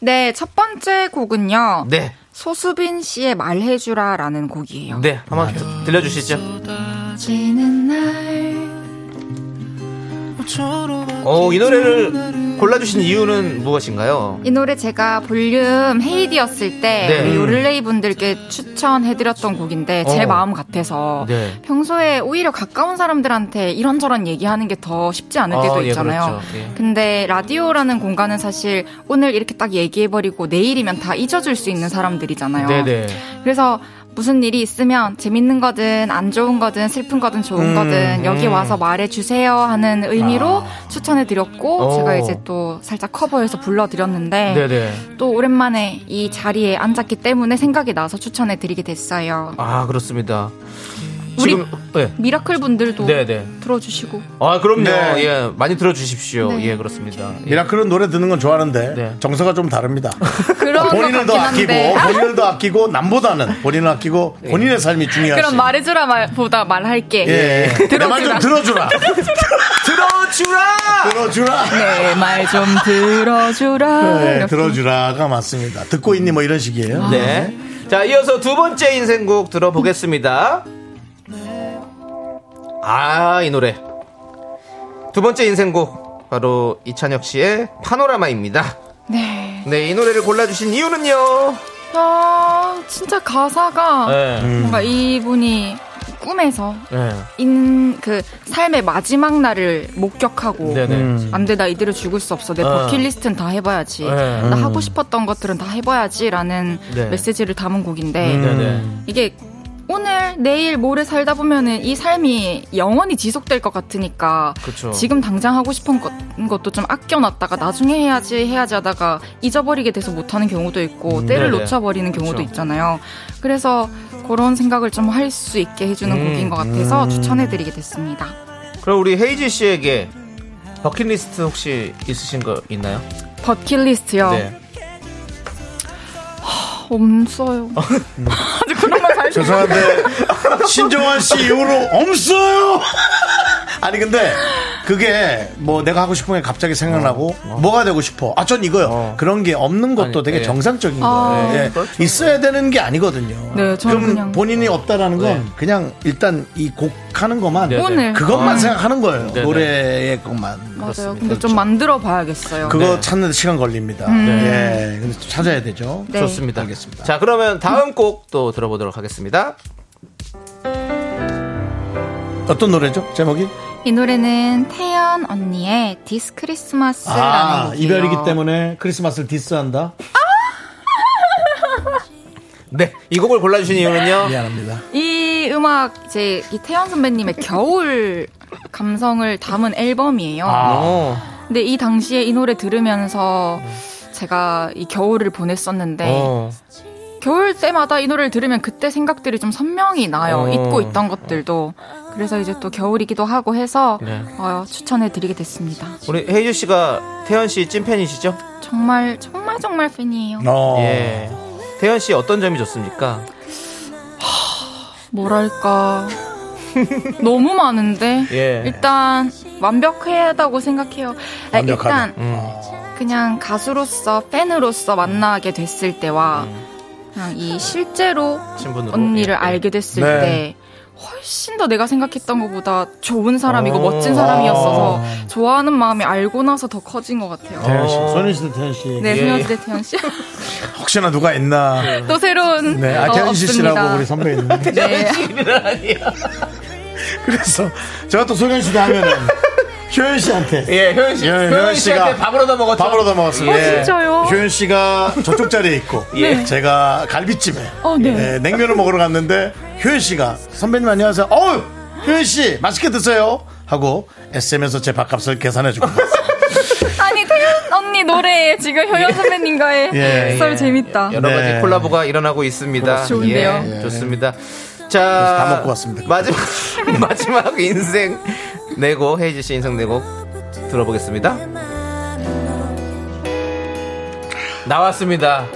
F: 네, 첫 번째 곡은요.
B: 네,
F: 소수빈 씨의 말해주라라는 곡이에요.
B: 네, 한번 드- 들려주시죠. 오, 어, 이 노래를 골라주신 이유는 무엇인가요?
F: 이 노래 제가 볼륨 헤이디였을 때
B: 네.
F: 우리 요를레이 분들께 추천해드렸던 곡인데 제
B: 어.
F: 마음 같아서
B: 네.
F: 평소에 오히려 가까운 사람들한테 이런저런 얘기하는 게 더 쉽지 않을 때도
B: 아, 예,
F: 있잖아요.
B: 그렇죠. 예.
F: 근데 라디오라는 공간은 사실 오늘 이렇게 딱 얘기해버리고 내일이면 다 잊어줄 수 있는 사람들이잖아요.
B: 네네.
F: 그래서 무슨 일이 있으면 재밌는 거든 안 좋은 거든 슬픈 거든
A: 음,
F: 좋은 거든 여기 와서 말해주세요 하는 의미로
A: 아.
F: 추천해드렸고
A: 어.
B: 오.
F: 제가 이제 또 살짝 커버해서 불러드렸는데
B: 네네.
F: 또 오랜만에 이 자리에 앉았기 때문에 생각이 나서 추천해드리게 됐어요.
B: 아, 그렇습니다.
F: 우리-
B: 지금, 네.
F: 미라클 분들도
B: 네네.
F: 들어주시고
B: 아, 그럼요.
A: 네.
B: 예, 많이 들어주십시오.
F: 네.
B: 예, 그렇습니다. 예.
A: 미라클은 노래 듣는 건 좋아하는데
B: 네.
A: 정서가 좀 다릅니다.
F: 그런
A: 본인을
F: 것
A: 더
F: 같긴
A: 아끼고 어?
F: 한데
A: 본인을 더 아끼고 남보다는 본인을 아끼고
B: 예.
A: 본인의 삶이 중요하지.
F: 그럼 말해주라 말, 보다 말할게.
A: 예. 내 말 좀
F: 들어주라.
A: 들어주라.
B: 들어주라!
A: 들어주라.
F: 내 네, 말 좀 들어주라.
A: 네,
F: 이렇게.
A: 들어주라가 맞습니다. 듣고 있니 뭐 이런 식이에요.
B: 네. 자, 이어서 두 번째 인생곡 들어보겠습니다. 아, 이 노래. 두 번째 인생곡. 바로 이찬혁 씨의 파노라마입니다.
F: 네.
B: 네, 이 노래를 골라주신 이유는요?
F: 아 진짜 가사가
B: 네.
F: 뭔가 이분이 꿈에서 인 그 삶의 마지막 날을 목격하고
B: 네네. 네.
F: 안 돼 나 이대로 죽을 수 없어 내 버킷리스트는 다 해봐야지 나 하고 싶었던 것들은 다 해봐야지라는
B: 네. 음.
F: 메시지를 담은 곡인데
B: 네네.
F: 이게 오늘 내일 모레 살다 보면은 이 삶이 영원히 지속될 것 같으니까
B: 그쵸.
F: 지금 당장 하고 싶은 것, 것도 좀 아껴놨다가 나중에 해야지 해야지 하다가 잊어버리게 돼서 못하는 경우도 있고 때를
B: 네네.
F: 놓쳐버리는 경우도
B: 그쵸.
F: 있잖아요. 그래서 그런 생각을 좀 할 수 있게 해주는
B: 음.
F: 곡인 것 같아서 추천해드리게 됐습니다.
B: 그럼 우리 헤이지 씨에게 버킷리스트 혹시 있으신 거 있나요? 네.
F: 버킷리스트요. 없어요. 아직 그런 말잘
A: 죄송한데
B: 네.
A: 신정환 씨 이후로 없어요. 아니 근데 그게 뭐 내가 하고 싶은 게 갑자기 생각나고 뭐가 되고 싶어. 아 전 이거요. 그런 게 없는 것도
B: 아니,
A: 되게
B: 예.
A: 정상적인
F: 아.
A: 거예요. 예.
B: 그렇죠.
A: 있어야 되는 게 아니거든요.
F: 네, 저는
A: 그럼
F: 그냥-
A: 본인이 없다라는 건
B: 네.
A: 그냥 일단 이 곡 하는 것만
B: 네.
F: 오늘
A: 그것만
B: 아.
A: 생각하는 거예요.
B: 네.
A: 노래의 것만.
F: 맞아요.
B: 그렇습니다.
F: 근데 좀 만들어 봐야겠어요.
A: 그거
B: 네.
A: 찾는 데 시간 걸립니다. 예. 근데 찾아야 되죠.
F: 음. 네.
B: 좋습니다.
A: 알겠습니다.
B: 자, 그러면 다음 곡 또 들어보도록 하겠습니다.
A: 어떤 노래죠? 제목이?
F: 이 노래는 태연 언니의 디스 크리스마스라는
A: 아,
F: 곡이에요.
A: 이별이기 때문에 크리스마스를 디스한다?
B: 네, 이 곡을 골라주신 이유는요?
A: 미안합니다.
F: 이 음악 이제 이 태연 선배님의 겨울 감성을 담은 앨범이에요.
B: 어.
F: 근데 이 당시에 이 노래 들으면서 제가 이 겨울을 보냈었는데
B: 어.
F: 겨울 때마다 이 노래를 들으면 그때 생각들이 좀 선명히 나요.
B: 어.
F: 잊고 있던 것들도. 그래서 이제 또 겨울이기도 하고 해서
B: 네.
F: 어, 추천해드리게 됐습니다.
B: 우리 헤이즈 씨가 태연 씨 찐팬이시죠?
F: 정말 정말 정말 팬이에요.
A: 어.
B: 예. 태연 씨 어떤 점이 좋습니까?
F: 뭐랄까 너무 많은데
B: 예.
F: 일단 완벽하다고 생각해요. 아, 일단
A: 완벽하다.
B: 음.
F: 그냥 가수로서 팬으로서 만나게 됐을 때와 그냥 이 실제로
B: 친분으로.
F: 언니를
B: 음. 예.
F: 알게 됐을
A: 네.
F: 때 훨씬 더 내가 생각했던 것보다 좋은 사람이고
B: 어.
F: 멋진 사람이었어서 좋아하는 마음이 알고 나서 더 커진 것 같아요.
A: 태연 씨,
B: 어.
A: 손희 씨도 태연 씨.
F: 네,
B: 예.
F: 소녀시대 태연 씨.
A: 혹시나 누가 있나.
F: 또 새로운
A: 네,
F: 어,
A: 아, 태연 씨 씨라고
F: 없습니다.
A: 우리 선배 있는데.
F: 네.
A: 그래서 제가 또 소현 씨도 하면은 효연 씨한테
B: 예, 효연 씨.
A: 예,
B: 효연
A: 효연
B: 씨한테
A: 씨가
B: 밥으로 다 먹었죠.
A: 밥으로 다 먹었습니다. 예.
F: 어, 진짜요?
A: 효연 씨가 저쪽 자리에 있고 네.
B: 예.
A: 제가 갈비찜에
F: 어, 네.
A: 예, 냉면을 먹으러 갔는데 효연 씨가 선배님 안녕하세요. 어우 효연 씨 맛있게 드세요 하고 SM에서 제 밥값을 계산해 주고
F: 아니 태연 언니 노래에 지금 효연 선배님과의
A: 예,
F: 썰 재밌다.
B: 여러 가지
A: 네.
B: 콜라보가 일어나고 있습니다.
F: 좋은데요.
B: 예, 좋습니다. 자,
A: 다 먹고 왔습니다.
B: 마지막 마지막 인생 내고 헤이즈 씨 인생 내고 들어보겠습니다. 나왔습니다.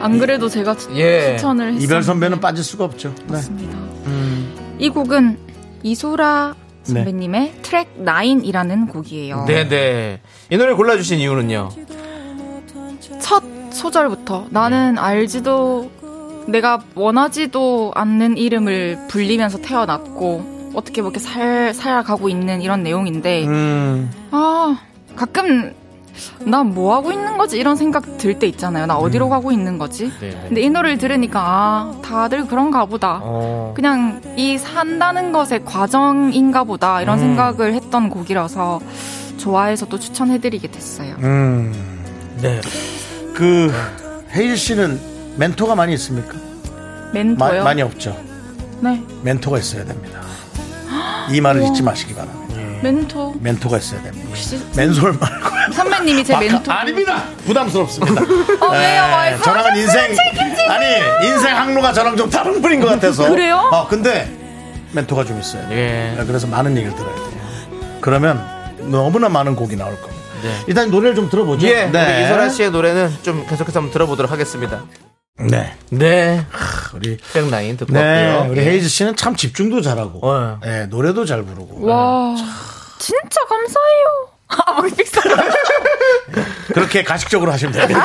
F: 안 그래도 제가 추,
B: 예.
F: 천을
A: 이별 선배는 빠질 수가 없죠. 네.
F: 이 곡은 이소라 선배님의 트랙 9이라는 곡이에요.
B: 아. 네네. 이 노래 골라주신 이유는요?
F: 네, 첫 소절부터 나는 알지도 내가 원하지도 않는 이름을 불리면서 태어났고 어떻게 그렇게 살 살아가고 있는 이런 내용인데
A: 음.
F: 아 가끔 나 뭐 하고 있는 거지 이런 생각 들 때 있잖아요. 나 어디로 가고 있는 거지?
B: 네.
F: 근데 이 노래를 들으니까 아 다들 그런가 보다.
B: 어.
F: 그냥 이 산다는 것의 과정인가 보다
A: 음.
F: 이런 생각을 했던 곡이라서 좋아해서 또 추천해드리게 됐어요.
B: 네.
A: 그 음. 헤이즈 씨는 멘토가 많이 있습니까? 마-
F: 멘토요.
A: 많이 없죠.
F: 네,
A: 멘토가 있어야 됩니다. 이 말을 잊지 마시기 바랍니다.
F: 멘토.
A: 멘토가 있어야 됩니다.
F: 혹시
A: 맨솔 말고
F: 선배님이 제 멘토.
A: 아닙니다. 부담스럽습니다. 네.
F: 어, 왜요? 말씀.
A: 저랑은 인생 아니 인생 항로가 저랑 좀 다른 분인 것 같아서
F: 그래요?
A: 어 근데 멘토가 좀 있어요. 네,
B: 예.
A: 그래서 많은 얘기를 들어야 돼요. 그러면 너무나 많은 곡이 나올 겁니다. 일단 노래를 좀 들어보죠.
B: 네. 예. 우리 이소라 씨의 노래는 좀 계속해서 한번 들어보도록 하겠습니다.
A: 네.
B: 네.
A: 우리
B: 트랙 라인 듣고
A: 네,
B: 왔고요. 예.
A: 우리 헤이즈 씨는 참 집중도 잘하고,
B: 어.
A: 예, 노래도 잘 부르고.
F: 와, 진짜 감사해요. 아, 머리 픽스.
A: 그렇게 가식적으로 하시면 됩니다.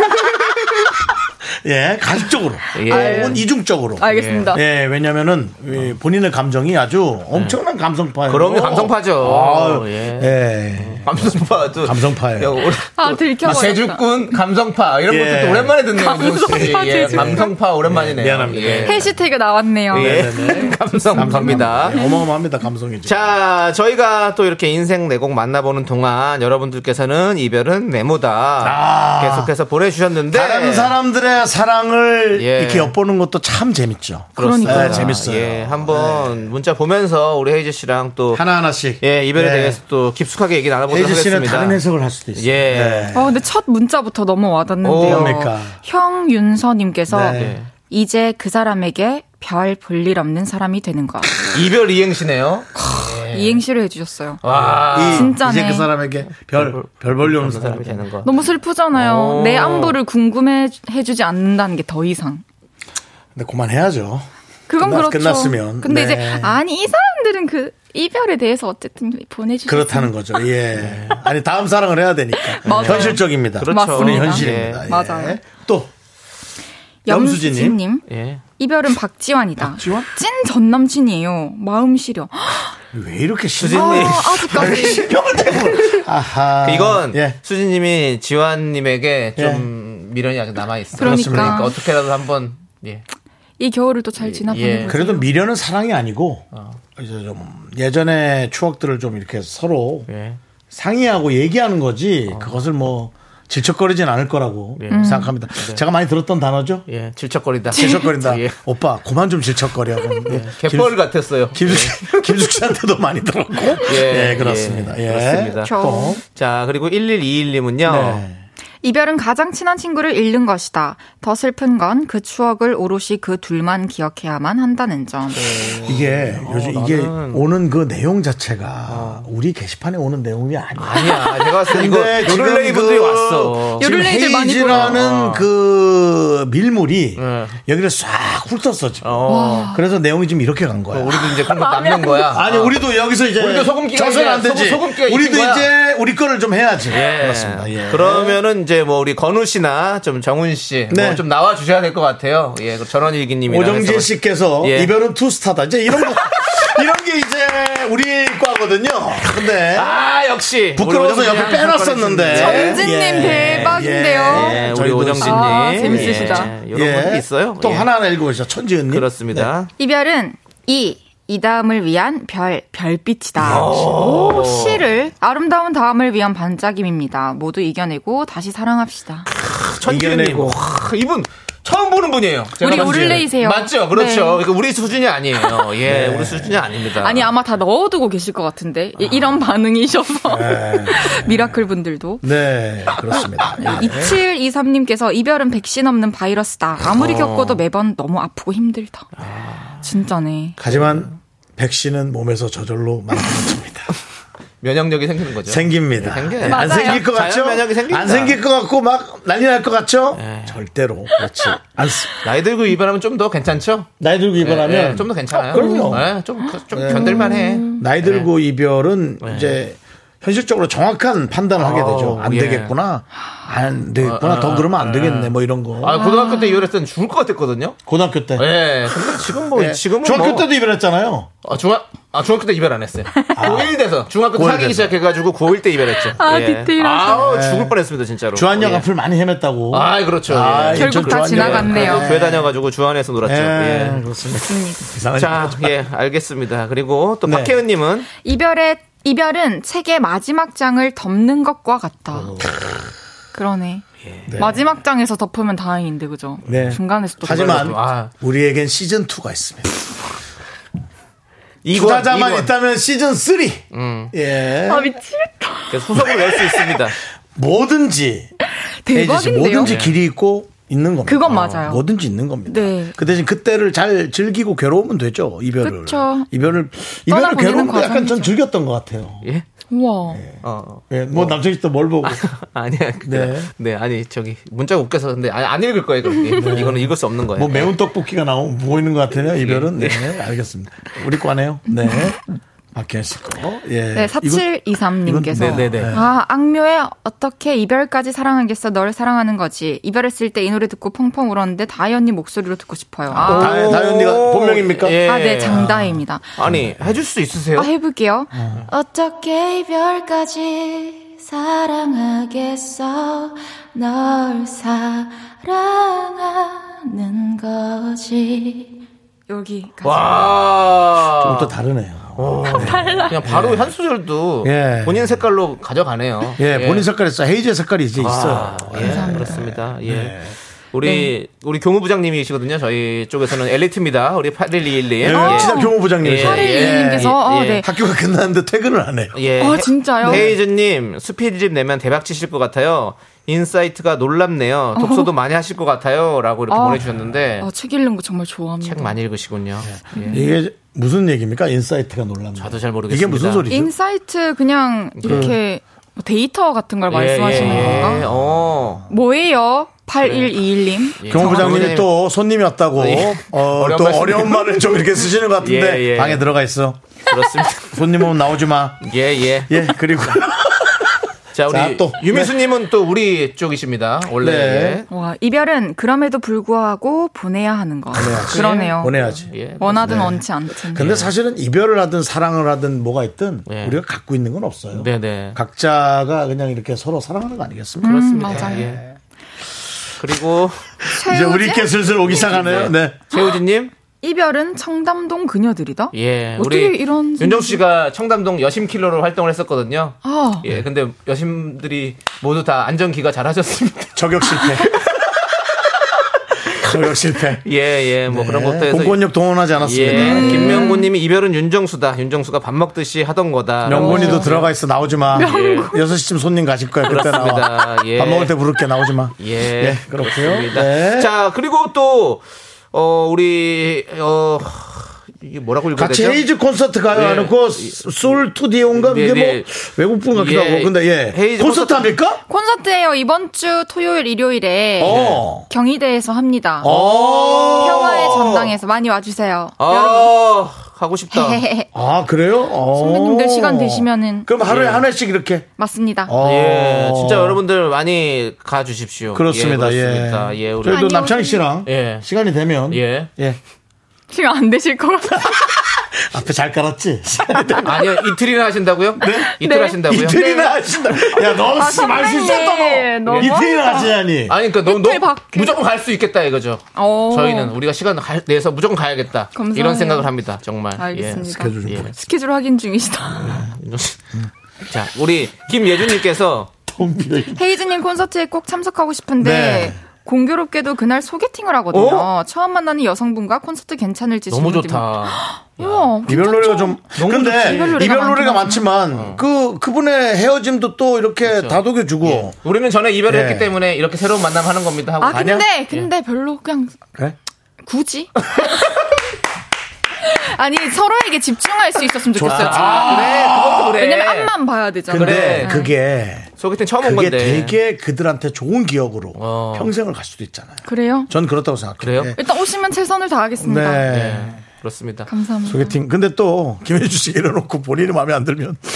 A: 예, 가식적으로.
B: 예.
A: 혹은 이중적으로.
F: 아, 알겠습니다.
A: 예, 왜냐면은 이 본인의 감정이 아주 엄청난 감성파예요.
B: 네. 그럼요, 감성파죠.
A: 아유,
B: 예.
A: 예.
B: 감성파도
A: 감성파예요.
B: 야, 오늘-
F: 아, 들켜버렸다.
B: 제주꾼 감성파 이런
A: 예.
B: 것도 또 오랜만에 듣네요.
F: 감성파,
B: 민호 씨. 예,
F: 제주꾼.
B: 감성파 오랜만이네요.
A: 미안합니다.
B: 예.
F: 해시태그 나왔네요.
B: 예. 감성파입니다.
A: 예, 어마어마합니다, 감성이죠.
B: 자, 저희가 또 이렇게 인생 내곡 만나보는 동안 여러분들께서는 이별은 네모다
A: 아.
B: 계속해서 보내주셨는데
A: 다른 사람들의 사랑을
B: 네. 예.
A: 이렇게 엿보는 것도 참 재밌죠.
B: 그렇습니다.
A: 예, 재밌어요. 네.
B: 예, 한번 문자 보면서 우리 헤이즈 씨랑 또
A: 하나하나씩.
B: 예, 이별에
A: 예.
B: 대해서 또 깊숙하게 얘기 나눠보도록
A: 헤이즈 씨는
B: 하겠습니다.
A: 다른 해석을 할 수도 있어요.
B: 예.
F: 어, 근데 첫 문자부터 너무
B: 오,
F: 와닿는데요.
A: 뭡니까?
F: 형윤서님께서
A: 네.
F: 이제 그 사람에게 별 볼 일 없는 사람이 되는 거.
B: 이별 이행시네요.
A: 예.
F: 이행시를 해주셨어요.
B: 와.
A: 아, 이,
F: 진짜네.
A: 이제 그 사람에게 별, 별 벌려오는
B: 그런 아,
A: 사람이
B: 사람이 되는 거.
F: 너무 슬프잖아요.
A: 어.
B: 오.
F: 내 안부를 궁금해 해주지 않는다는 게 더 이상.
A: 근데 그만해야죠.
F: 그건
A: 끝났-
F: 그렇죠.
A: 끝났으면.
F: 근데
A: 네.
F: 이제 아니 이 사람들은 그 이별에 대해서 어쨌든 보내주셨.
A: 그렇다는 거죠. 예. 아니 다음 사랑을 해야 되니까
F: 맞아요.
A: 현실적입니다.
B: 네. 그렇죠.
A: 우리
F: 맞습니다.
A: 현실입니다.
B: 예.
A: 예.
F: 맞아요.
A: 또 염수진님.
F: 염수진님
B: 예.
F: 이별은 박지환이다.
A: 박지환?
F: 찐전 남친이에요. 마음 시려.
A: 왜 이렇게
B: 수진-
A: 수진
F: 아,
B: 네.
F: 아직까지
A: 아하.
B: 그 이건
A: 예.
B: 수진님이 지환님에게 좀 미련이 아직 남아 있어요.
F: 그러니까.
B: 어떻게라도 한번 예.
F: 이 겨울을 또 잘
B: 예.
F: 지나보는 거죠.
A: 그래도 미련은 사랑이 아니고
B: 어.
A: 이제 좀 예전의 추억들을 좀 이렇게 서로
B: 예. 어.
A: 상의하고 얘기하는 거지 그것을 뭐 질척거리진 않을 거라고 생각합니다.
B: 네.
A: 제가 많이 들었던 단어죠.
B: 예. 질척거리다.
A: 질척거린다.
B: 예.
A: 오빠, 그만 좀 질척거려. 뭐
B: 갯벌 같았어요.
A: 김숙, 김숙 씨한테도 많이 들었고.
B: 예,
A: 예, 그렇습니다.
B: 예,
A: 예.
B: 그렇습니다.
A: 또.
B: 자, 그리고 1121님은요.
A: 네.
F: 이별은 가장 친한 친구를 잃는 것이다. 더 슬픈 건 그 추억을 오롯이 그 둘만 기억해야만 한다는 점.
A: 네. 이게
B: 어,
A: 요즘 이게 오는 그 내용 자체가 우리 게시판에 오는 내용이 아니야.
B: 아니야. 내가 봤을 때 이거
A: 근데 지금
B: 요런 레이브들이
A: 그-
B: 왔어.
A: 지금
F: 요를레이들 많이
A: 헤이즈라는
B: 어.
A: 그 밀물이
B: 네.
A: 여기를 싹 훑었어 지금.
B: 어.
A: 그래서 내용이 지금 이렇게 간 거야.
B: 뭐 우리도 이제 공부 남는 거야.
A: 아니 우리도 여기서 이제
B: 우리도 소금기가
A: 젖은
B: 이제
A: 안 되지.
B: 소금- 소금기가 있는
A: 우리도
B: 거야.
A: 이제 우리 거를 좀 해야지.
B: 예.
A: 그렇습니다. 예.
B: 그러면은 이제 뭐 우리 건우 씨나 좀 정훈 씨,
A: 네.
B: 뭐좀 나와 주셔야 될 것 같아요. 예, 그 전원일기님이나
A: 오정진 씨께서
B: 예.
A: 이별은 투스타다. 이제 이런 거 이런 게 이제 우리 과거든요. 근데
B: 아 역시
A: 부끄러워서
B: 우리 오정진이
A: 옆에
B: 항상
A: 빼놨었는데. 네,
B: 꺼내주는데.
F: 정진님 대박인데요.
B: 예, 우리
A: 저희도
B: 오정진님
F: 아, 재밌으시다.
B: 예, 이런 분이 있어요.
A: 또
B: 예.
A: 하나하나 네. 읽어보시죠. 천지은님.
B: 그렇습니다.
F: 이별은 이, 이 다음을 위한 별, 별빛이다. 오, 시를 아름다운 다음을 위한 반짝임입니다. 모두 이겨내고 다시 사랑합시다.
B: 천지현님
A: 이겨내고.
B: 와, 이분 처음 보는 분이에요. 제가 봤을
F: 우리
B: 때.
F: 오를레이세요.
B: 맞죠,
F: 네.
B: 그렇죠. 그러니까 우리 수준이 아니에요.
A: 네.
B: 예, 우리 수준이 아닙니다. 아.
F: 아니, 아마 다 넣어두고 계실 것 같은데. 이- 이런 반응이셔서.
B: 네.
F: 미라클 분들도.
A: 네, 그렇습니다. 예.
F: 2723님께서 이별은 백신 없는 바이러스다. 아무리 겪어도 매번 너무 아프고 힘들다. 진짜네.
A: 하지만 백신은 몸에서 저절로 만들어집니다.
B: 면역력이 생기는 거죠.
A: 생깁니다.
B: 예,
A: 예,
B: 생겨요.
A: 안
F: 맞아요.
A: 생길 것
B: 자연
A: 같죠?
B: 면역이 생깁니다. 예.
A: 안 생길 것 같고 막 난리 날 것 같죠? 절대로 그렇지 않습니다.
B: 나이 들고 이별하면 좀 더 괜찮죠?
A: 나이 들고 이별하면
B: 예, 좀 더 괜찮아요.
A: 어, 그럼요.
B: 예, 좀, 그- 좀 견딜만해.
F: 음.
A: 나이 들고
B: 네.
A: 이별은 이제 현실적으로 정확한 판단을 하게 되죠. 안
B: 예.
A: 되겠구나, 안 되겠구나, 더 그러면 안 되겠네, 뭐 이런 거.
B: 아, 고등학교 때 이별했을 땐 죽을 것 같았거든요.
A: 고등학교 때.
B: 예. 근데 지금 뭐,
A: 예.
B: 지금은.
A: 중학교
B: 뭐-
A: 때도 이별했잖아요.
B: 아, 중학, 아, 중학교 때 이별 안 했어요. 고1 돼서. 중학교 때
A: 아. 고1
B: 사귀기
A: 돼서. 네.
B: 시작해가지고 고1 때 이별했죠. 예.
F: 아, 디테일하셔.
B: 아우, 죽을 뻔 했습니다, 진짜로.
A: 주한양
B: 예.
A: 앞을 많이 헤맸다고.
B: 아, 그렇죠.
A: 아,
B: 예.
A: 예, 저
F: 결국 다
A: 주한양
F: 지나갔네요.
A: 앞에.
B: 교회 다녀가지고 주안에서 놀았죠.
A: 예,
B: 예.
A: 그렇습니다. 이상하게.
B: 자, 예, 알겠습니다. 그리고 또
A: 네.
B: 박혜은님은
F: 이별의, 이별은 책의 마지막 장을 덮는 것과 같다.
A: 어.
F: 그러네. 마지막 장에서 덮으면 다행인데, 그죠?
A: 예. 네.
F: 중간에서 또.
A: 하지만
B: 그래가지고, 아.
A: 우리에겐 시즌 2가 있습니다.
B: 이권,
A: 투자자만
B: 이권.
A: 있다면 시즌 3.
B: 음.
A: 예.
F: 아, 미치겠다.
B: 그래서 소송을 낼 수 있습니다.
A: 뭐든지 혜진 씨,
F: 대박인데요?
B: 네.
A: 뭐든지 길이 있고 있는 겁니다. 어,
F: 그건 맞아요.
A: 뭐든지 있는 겁니다.
F: 네.
A: 그 대신 그때를 잘 즐기고 괴로우면 되죠. 이별을.
F: 그쵸.
A: 이별을 이별을
F: 떠나보내는
A: 괴로운 거 약간
F: 과정이죠.
A: 전 즐겼던 것 같아요.
B: 예?
F: 우와.
B: 어.
A: 예, 뭐 남편이 또 뭘 보고
B: 아니야.
A: 네.
B: 네. 네, 아니, 저기, 문자가 웃겨서 근데 안, 안 읽을 거예요, 그럼. 예. 이거는 읽을 수 없는 거예요.
A: 네. 뭐 매운 떡볶이가 나오 보이는 것
B: 예.
A: 같아요. 이별은 네, 알겠습니다. 우리 과네요. 네. 박현 씨 거. 예.
F: 네,
A: 이건-
F: 4723님께서.
A: 네, 네, 네.
F: 아, 악묘에 어떻게 이별까지 사랑하겠어? 널 사랑하는 거지. 이별했을 때 이 노래 듣고 펑펑 울었는데 다이 언니 목소리로 듣고 싶어요. 아,
A: 다- 다혜 언니가 본명입니까?
B: 예.
F: 아, 네, 장다입니다.
B: 아니, 해줄 수 있으세요? 어.
F: 아, 해볼게요.
G: 어떻게 이별까지 사랑하겠어 널 사랑하는 거지
F: 여기까지.
B: 와.
A: 또 다르네요.
B: 어. 그냥 바로 한 소절도
A: 예.
B: 본인 색깔로 가져가네요.
A: 예, 본인 색깔이 있어. 헤이즈의 색깔이 이제 있어요. 네.
B: 아, 예, 그렇습니다. 예.
F: 네.
B: 우리 우리 교무부장님이시거든요. 저희 쪽에서는 엘리트입니다. 우리 8121님.
A: 예, 진짜 교무부장님이세요.
F: 어. 팔일 이님께서, 어, 아. 네.
A: 학교가 끝났는데 퇴근을 안 해요.
B: 예.
F: 어, 진짜요?
B: 헤이즈님, 수필집 내면 대박 치실 것 같아요. 인사이트가 놀랍네요. 독서도 많이 하실 것 같아요. 라고 이렇게
F: 아.
B: 보내주셨는데.
F: 아, 네. 책 읽는 거 정말 좋아합니다.
B: 책 많이 읽으시군요. 예.
A: 이게 무슨 얘기입니까? 인사이트가 놀랍니다.
B: 저도 잘 모르겠습니다.
A: 이게 무슨 소리죠?
F: 인사이트 그냥 이렇게 뭐 데이터 같은 걸
B: 음. 예,
F: 말씀하시는
B: 예,
F: 건가?
B: 예. 어.
F: 뭐예요? 8121님.
B: 예.
A: 경호부장님이 또 손님이 왔다고
B: 예.
A: 어,
B: 어려운
A: 또
B: 말씀.
A: 어려운 말을 좀 이렇게 쓰시는 것 같은데
B: 예, 예.
A: 방에 들어가 있어.
B: 그렇습니다.
A: 손님 오면 나오지 마.
B: 예, 예.
A: 예 그리고
B: 자, 우리
A: 자, 또.
B: 유미수님은 또 우리 쪽이십니다. 원래.
A: 네.
F: 와, 이별은 그럼에도 불구하고 보내야 하는 거. 그러네요.
A: 보내야지.
B: 예. 예.
F: 원하든 원치 않든. 음,
A: 근데 사실은 이별을 하든 사랑을 하든 뭐가 있든
B: 예.
A: 우리가 갖고 있는 건 없어요.
B: 네네.
A: 각자가 그냥 이렇게 서로 사랑하는 거 아니겠습니까?
F: 음, 맞아요.
B: 예. 그리고
A: 이제
F: 최우진?
A: 우리 이렇게 슬슬
B: 뭐
A: 오기 시작하네요. 네.
B: 최우진님,
F: 이별은 청담동 그녀들이다?
B: 예,
F: 어떻게
B: 우리
F: 이런
B: 윤정수 씨가 청담동 여심 킬러로 활동을 했었거든요.
F: 아.
B: 예, 근데 여심들이 모두 다 안전 기가 잘하셨습니다.
A: 저격 실패. 소요 실패.
B: 예, 예. 뭐 그런 것도 해서.
A: 공권력 동원하지 않았습니다.
B: 예. 김명곤님이 이별은 윤정수다. 윤정수가 밥 먹듯이 하던 거다.
A: 명곤이도 들어가 있어 나오지 마. 예. 여섯 시쯤 손님 가실 거야 그때 나와.
B: 그렇습니다. 예.
A: 밥 먹을 때 부를게 나오지 마.
B: 예.
A: 그렇고요.
B: 그렇습니다.
A: 네.
B: 자, 그리고 또, 어, 우리, 어, 이게 뭐라고 읽어야
A: 같이
B: 되죠? 예.
A: 헤이즈 콘서트 가요 안 하고 솔 투디온가
B: 네,
A: 이게 뭐
B: 네.
A: 외국 분 같기도
B: 예.
A: 하고 근데 예
B: 헤이즈
A: 콘서트,
B: 콘서트.
A: 합니까?
F: 콘서트예요. 이번 주 토요일
B: 예.
F: 일요일에
A: 어.
F: 경희대에서 합니다.
A: 어.
F: 평화의 전당에서 많이 와주세요. 여러분
B: 아, 가고 싶다.
A: 아 그래요? 어.
F: 선배님들 시간 되시면은
A: 그럼 하루에
B: 예.
A: 하나씩 이렇게.
F: 맞습니다.
A: 어.
B: 예, 진짜 여러분들 많이 가주십시오.
A: 그렇습니다.
B: 예.
A: 예.
B: 그렇습니다. 예, 우리.
A: 저희도
F: 많이
A: 남창희 씨랑
B: 예.
A: 시간이 되면
B: 예.
A: 예.
F: 지금 안 되실 것 같아요.
A: 앞에 잘 깔았지?
B: 아니요, 이틀이나 하신다고요? 이틀
F: 네.
B: 하신다고요?
A: 이틀이나 하신다. 야, 너
F: 아,
A: 없이 말수 있었다,
F: 선배님,
A: 너.
F: 너무하다.
A: 이틀이나 하시다니.
B: 아니, 그러니까 너무,
F: 이틀
B: 너무
F: 밖에.
B: 무조건 갈 수 있겠다 이거죠.
F: 오.
B: 저희는 우리가 시간 갈- 내서 무조건 가야겠다.
F: 어. 감사해요.
B: 이런 생각을 합니다. 정말.
F: 알겠습니다.
A: 스케줄 음. 좀
B: 예.
A: 보내.
F: 스케줄 확인 중이시다.
B: 예. 자, 우리 김예준님께서
A: 덤비다.
F: 헤이즈님 콘서트에 꼭 참석하고 싶은데
A: 네.
F: 공교롭게도 그날 소개팅을 하거든요. 처음 만나는 여성분과 콘서트 괜찮을지
B: 어? 너무
F: 질문 드립니다.
B: 좋다.
F: 우와,
A: 이별 노래가 좀
B: 너무 어.
A: 근데
F: 좋지. 이별 노래가
A: 이별 노래가
F: 많긴
A: 많지만 그 그분의 헤어짐도 또 이렇게
B: 그렇죠.
A: 다독여주고
B: 우리는 전에 이별을
A: 예.
B: 했기 때문에 이렇게 새로운 만남 하는 겁니다. 하고
F: 아
B: 가냐?
F: 근데
B: 예.
F: 근데 별로 그냥
A: 그래?
F: 굳이 아니 서로에게 집중할 수 있었으면 좋겠어요.
B: 아, 그래, 그것도 그래.
F: 어, 왜냐면 앞만 봐야 되잖아요.
A: 아,
F: 네.
A: 근데
B: 네. 그래.
A: 그게
B: 소개팅 처음 온
A: 그게
B: 건데.
A: 되게 그들한테 좋은 기억으로
B: 어.
A: 평생을 갈 수도 있잖아요.
F: 그래요?
A: 전 그렇다고 생각해요.
B: 그래요?
F: 일단 오시면 최선을
A: 네.
F: 다하겠습니다.
A: 네.
B: 예, 그렇습니다.
F: 감사합니다.
A: 소개팅. 근데 또 김혜주 씨 이래놓고 본인이 마음에 안 들면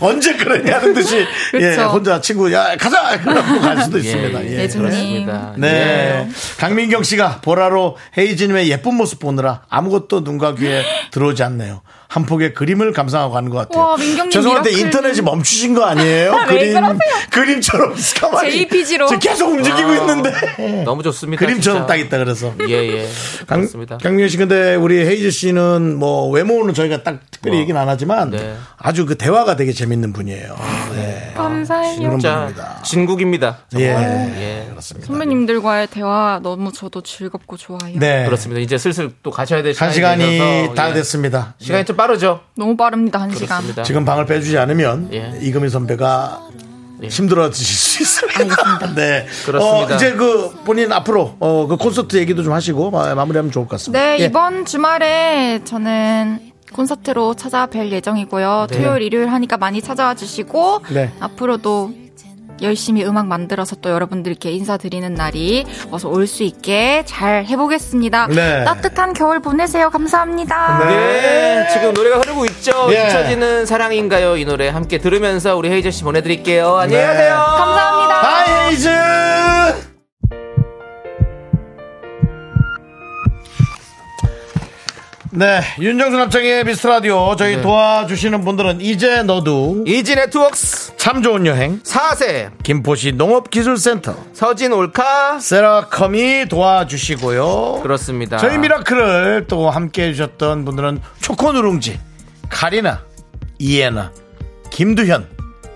A: 언제 그러냐는 듯이 예,
F: 그쵸.
A: 혼자 친구 야 가자 그러고 갈 수도 있습니다. 예.
F: 예전에.
B: 그렇습니다.
A: 네. 강민경 씨가 보라로 헤이즈님의 예쁜 모습 보느라 아무것도 눈과 귀에 들어오지 않네요. 한 폭의 그림을 감상하고 가는 것 같아요.
F: 와, 민경님
A: 죄송한데
F: 미라클.
A: 인터넷이 멈추신 거 아니에요?
F: 왜
A: 그림,
F: 그러세요?
A: 그림처럼 가만히
F: JPG 로. 네,
A: 지금
F: 그렇죠.
A: 계속 움직이고
B: 아,
A: 있는데.
B: 너무 좋습니다.
A: 네. 그림처럼
B: 진짜.
A: 딱 있다 그래서.
B: 예, 예.
A: 강,
B: 그렇습니다.
A: 강민 씨 근데 우리 헤이즈 씨는 뭐 외모는 저희가 딱 특별히 얘기는 안 하지만
B: 네.
A: 아주 그 대화가 되게 재밌는 분이에요. 네.
F: 감사해요.
A: 그런
B: 진짜
A: 분입니다.
B: 진국입니다.
A: 예.
B: 예.
F: 선배님들과의 대화 너무 저도 즐겁고 좋아요.
A: 네.
B: 그렇습니다. 이제 슬슬 또 가셔야 될
A: 한
B: 시간이
A: 시간이
B: 되셔서,
A: 다
B: 예.
A: 됐습니다.
B: 시간이 좀 빠르죠.
F: 너무 빠릅니다 한 시간.
B: 그렇습니다.
A: 지금 방을 빼주지 않으면
B: 예.
A: 이금희 선배가 힘들어 지실 수 있습니다. 네.
B: 그렇습니다.
A: 어, 이제 그 본인 앞으로 어, 그 콘서트 얘기도 좀 하시고 마- 마무리하면 좋을 것 같습니다.
F: 네
A: 예.
F: 이번 주말에 저는 콘서트로 찾아뵐 예정이고요. 토요일 일요일 하니까 많이 찾아와 주시고
A: 네.
F: 앞으로도 열심히 음악 만들어서 또 여러분들께 인사드리는 날이 어서 올 수 있게 잘 해보겠습니다.
A: 네.
F: 따뜻한 겨울 보내세요. 감사합니다.
B: 네, 지금 노래가 흐르고 있죠.
A: 예.
B: 잊혀지는 사랑인가요? 이 노래 함께 들으면서 우리 헤이저 씨 보내드릴게요. 안녕히
A: 네.
B: 가세요.
F: 감사합니다.
A: 바이 헤이즈! 네. 윤정수 남창의 미스터 라디오 저희
B: 네.
A: 도와주시는 분들은 이제 너도
B: 이지 네트웍스
A: 참 좋은 여행
B: 4세
A: 김포시 농업기술센터
B: 서진 올카
A: 세라컴이 도와주시고요.
B: 그렇습니다.
A: 저희 미라클을 또 함께 해주셨던 분들은 초코누룽지, 카리나, 이에나, 김두현,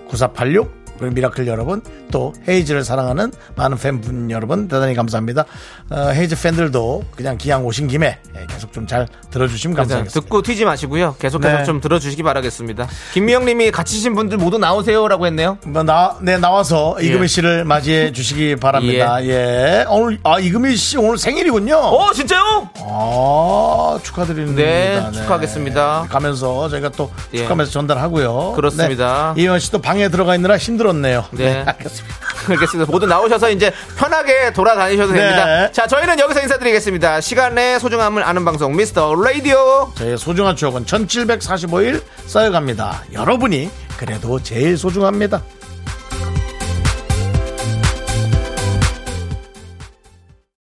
A: 9486, 그리고 미라클 여러분, 또 헤이즈를 사랑하는 많은 팬분 여러분, 대단히 감사합니다. 어, 헤이즈 팬들도 그냥 기왕 오신 김에 예, 계속 좀 잘 들어주시면
B: 자,
A: 감사하겠습니다.
B: 듣고 튀지 마시고요. 계속해서
A: 네.
B: 좀 들어주시기 바라겠습니다. 김미영님이 갇히신 분들 모두 나오세요라고 했네요.
A: 뭐 나, 네, 나와서 이금희
B: 예.
A: 씨를 맞이해 주시기 바랍니다. 예. 오늘, 아, 이금희 씨 오늘 생일이군요.
B: 어 진짜요?
A: 아, 축하드립니다.
B: 네, 축하하겠습니다.
A: 가면서 저희가 또
B: 예.
A: 축하면서 전달하고요.
B: 그렇습니다.
A: 네, 이현 씨도 방에 들어가 있느라 힘들었네요.
B: 네.
A: 알겠습니다.
B: 알겠습니다. 모두 나오셔서 이제 편하게 돌아다니셔도
A: 네.
B: 됩니다. 자, 저희는 여기서 인사드리겠습니다. 시간의 소중함을 아는 방송 미스터 라디오.
A: 저의 소중한 추억은 1745일 쌓여갑니다. 여러분이 그래도 제일 소중합니다.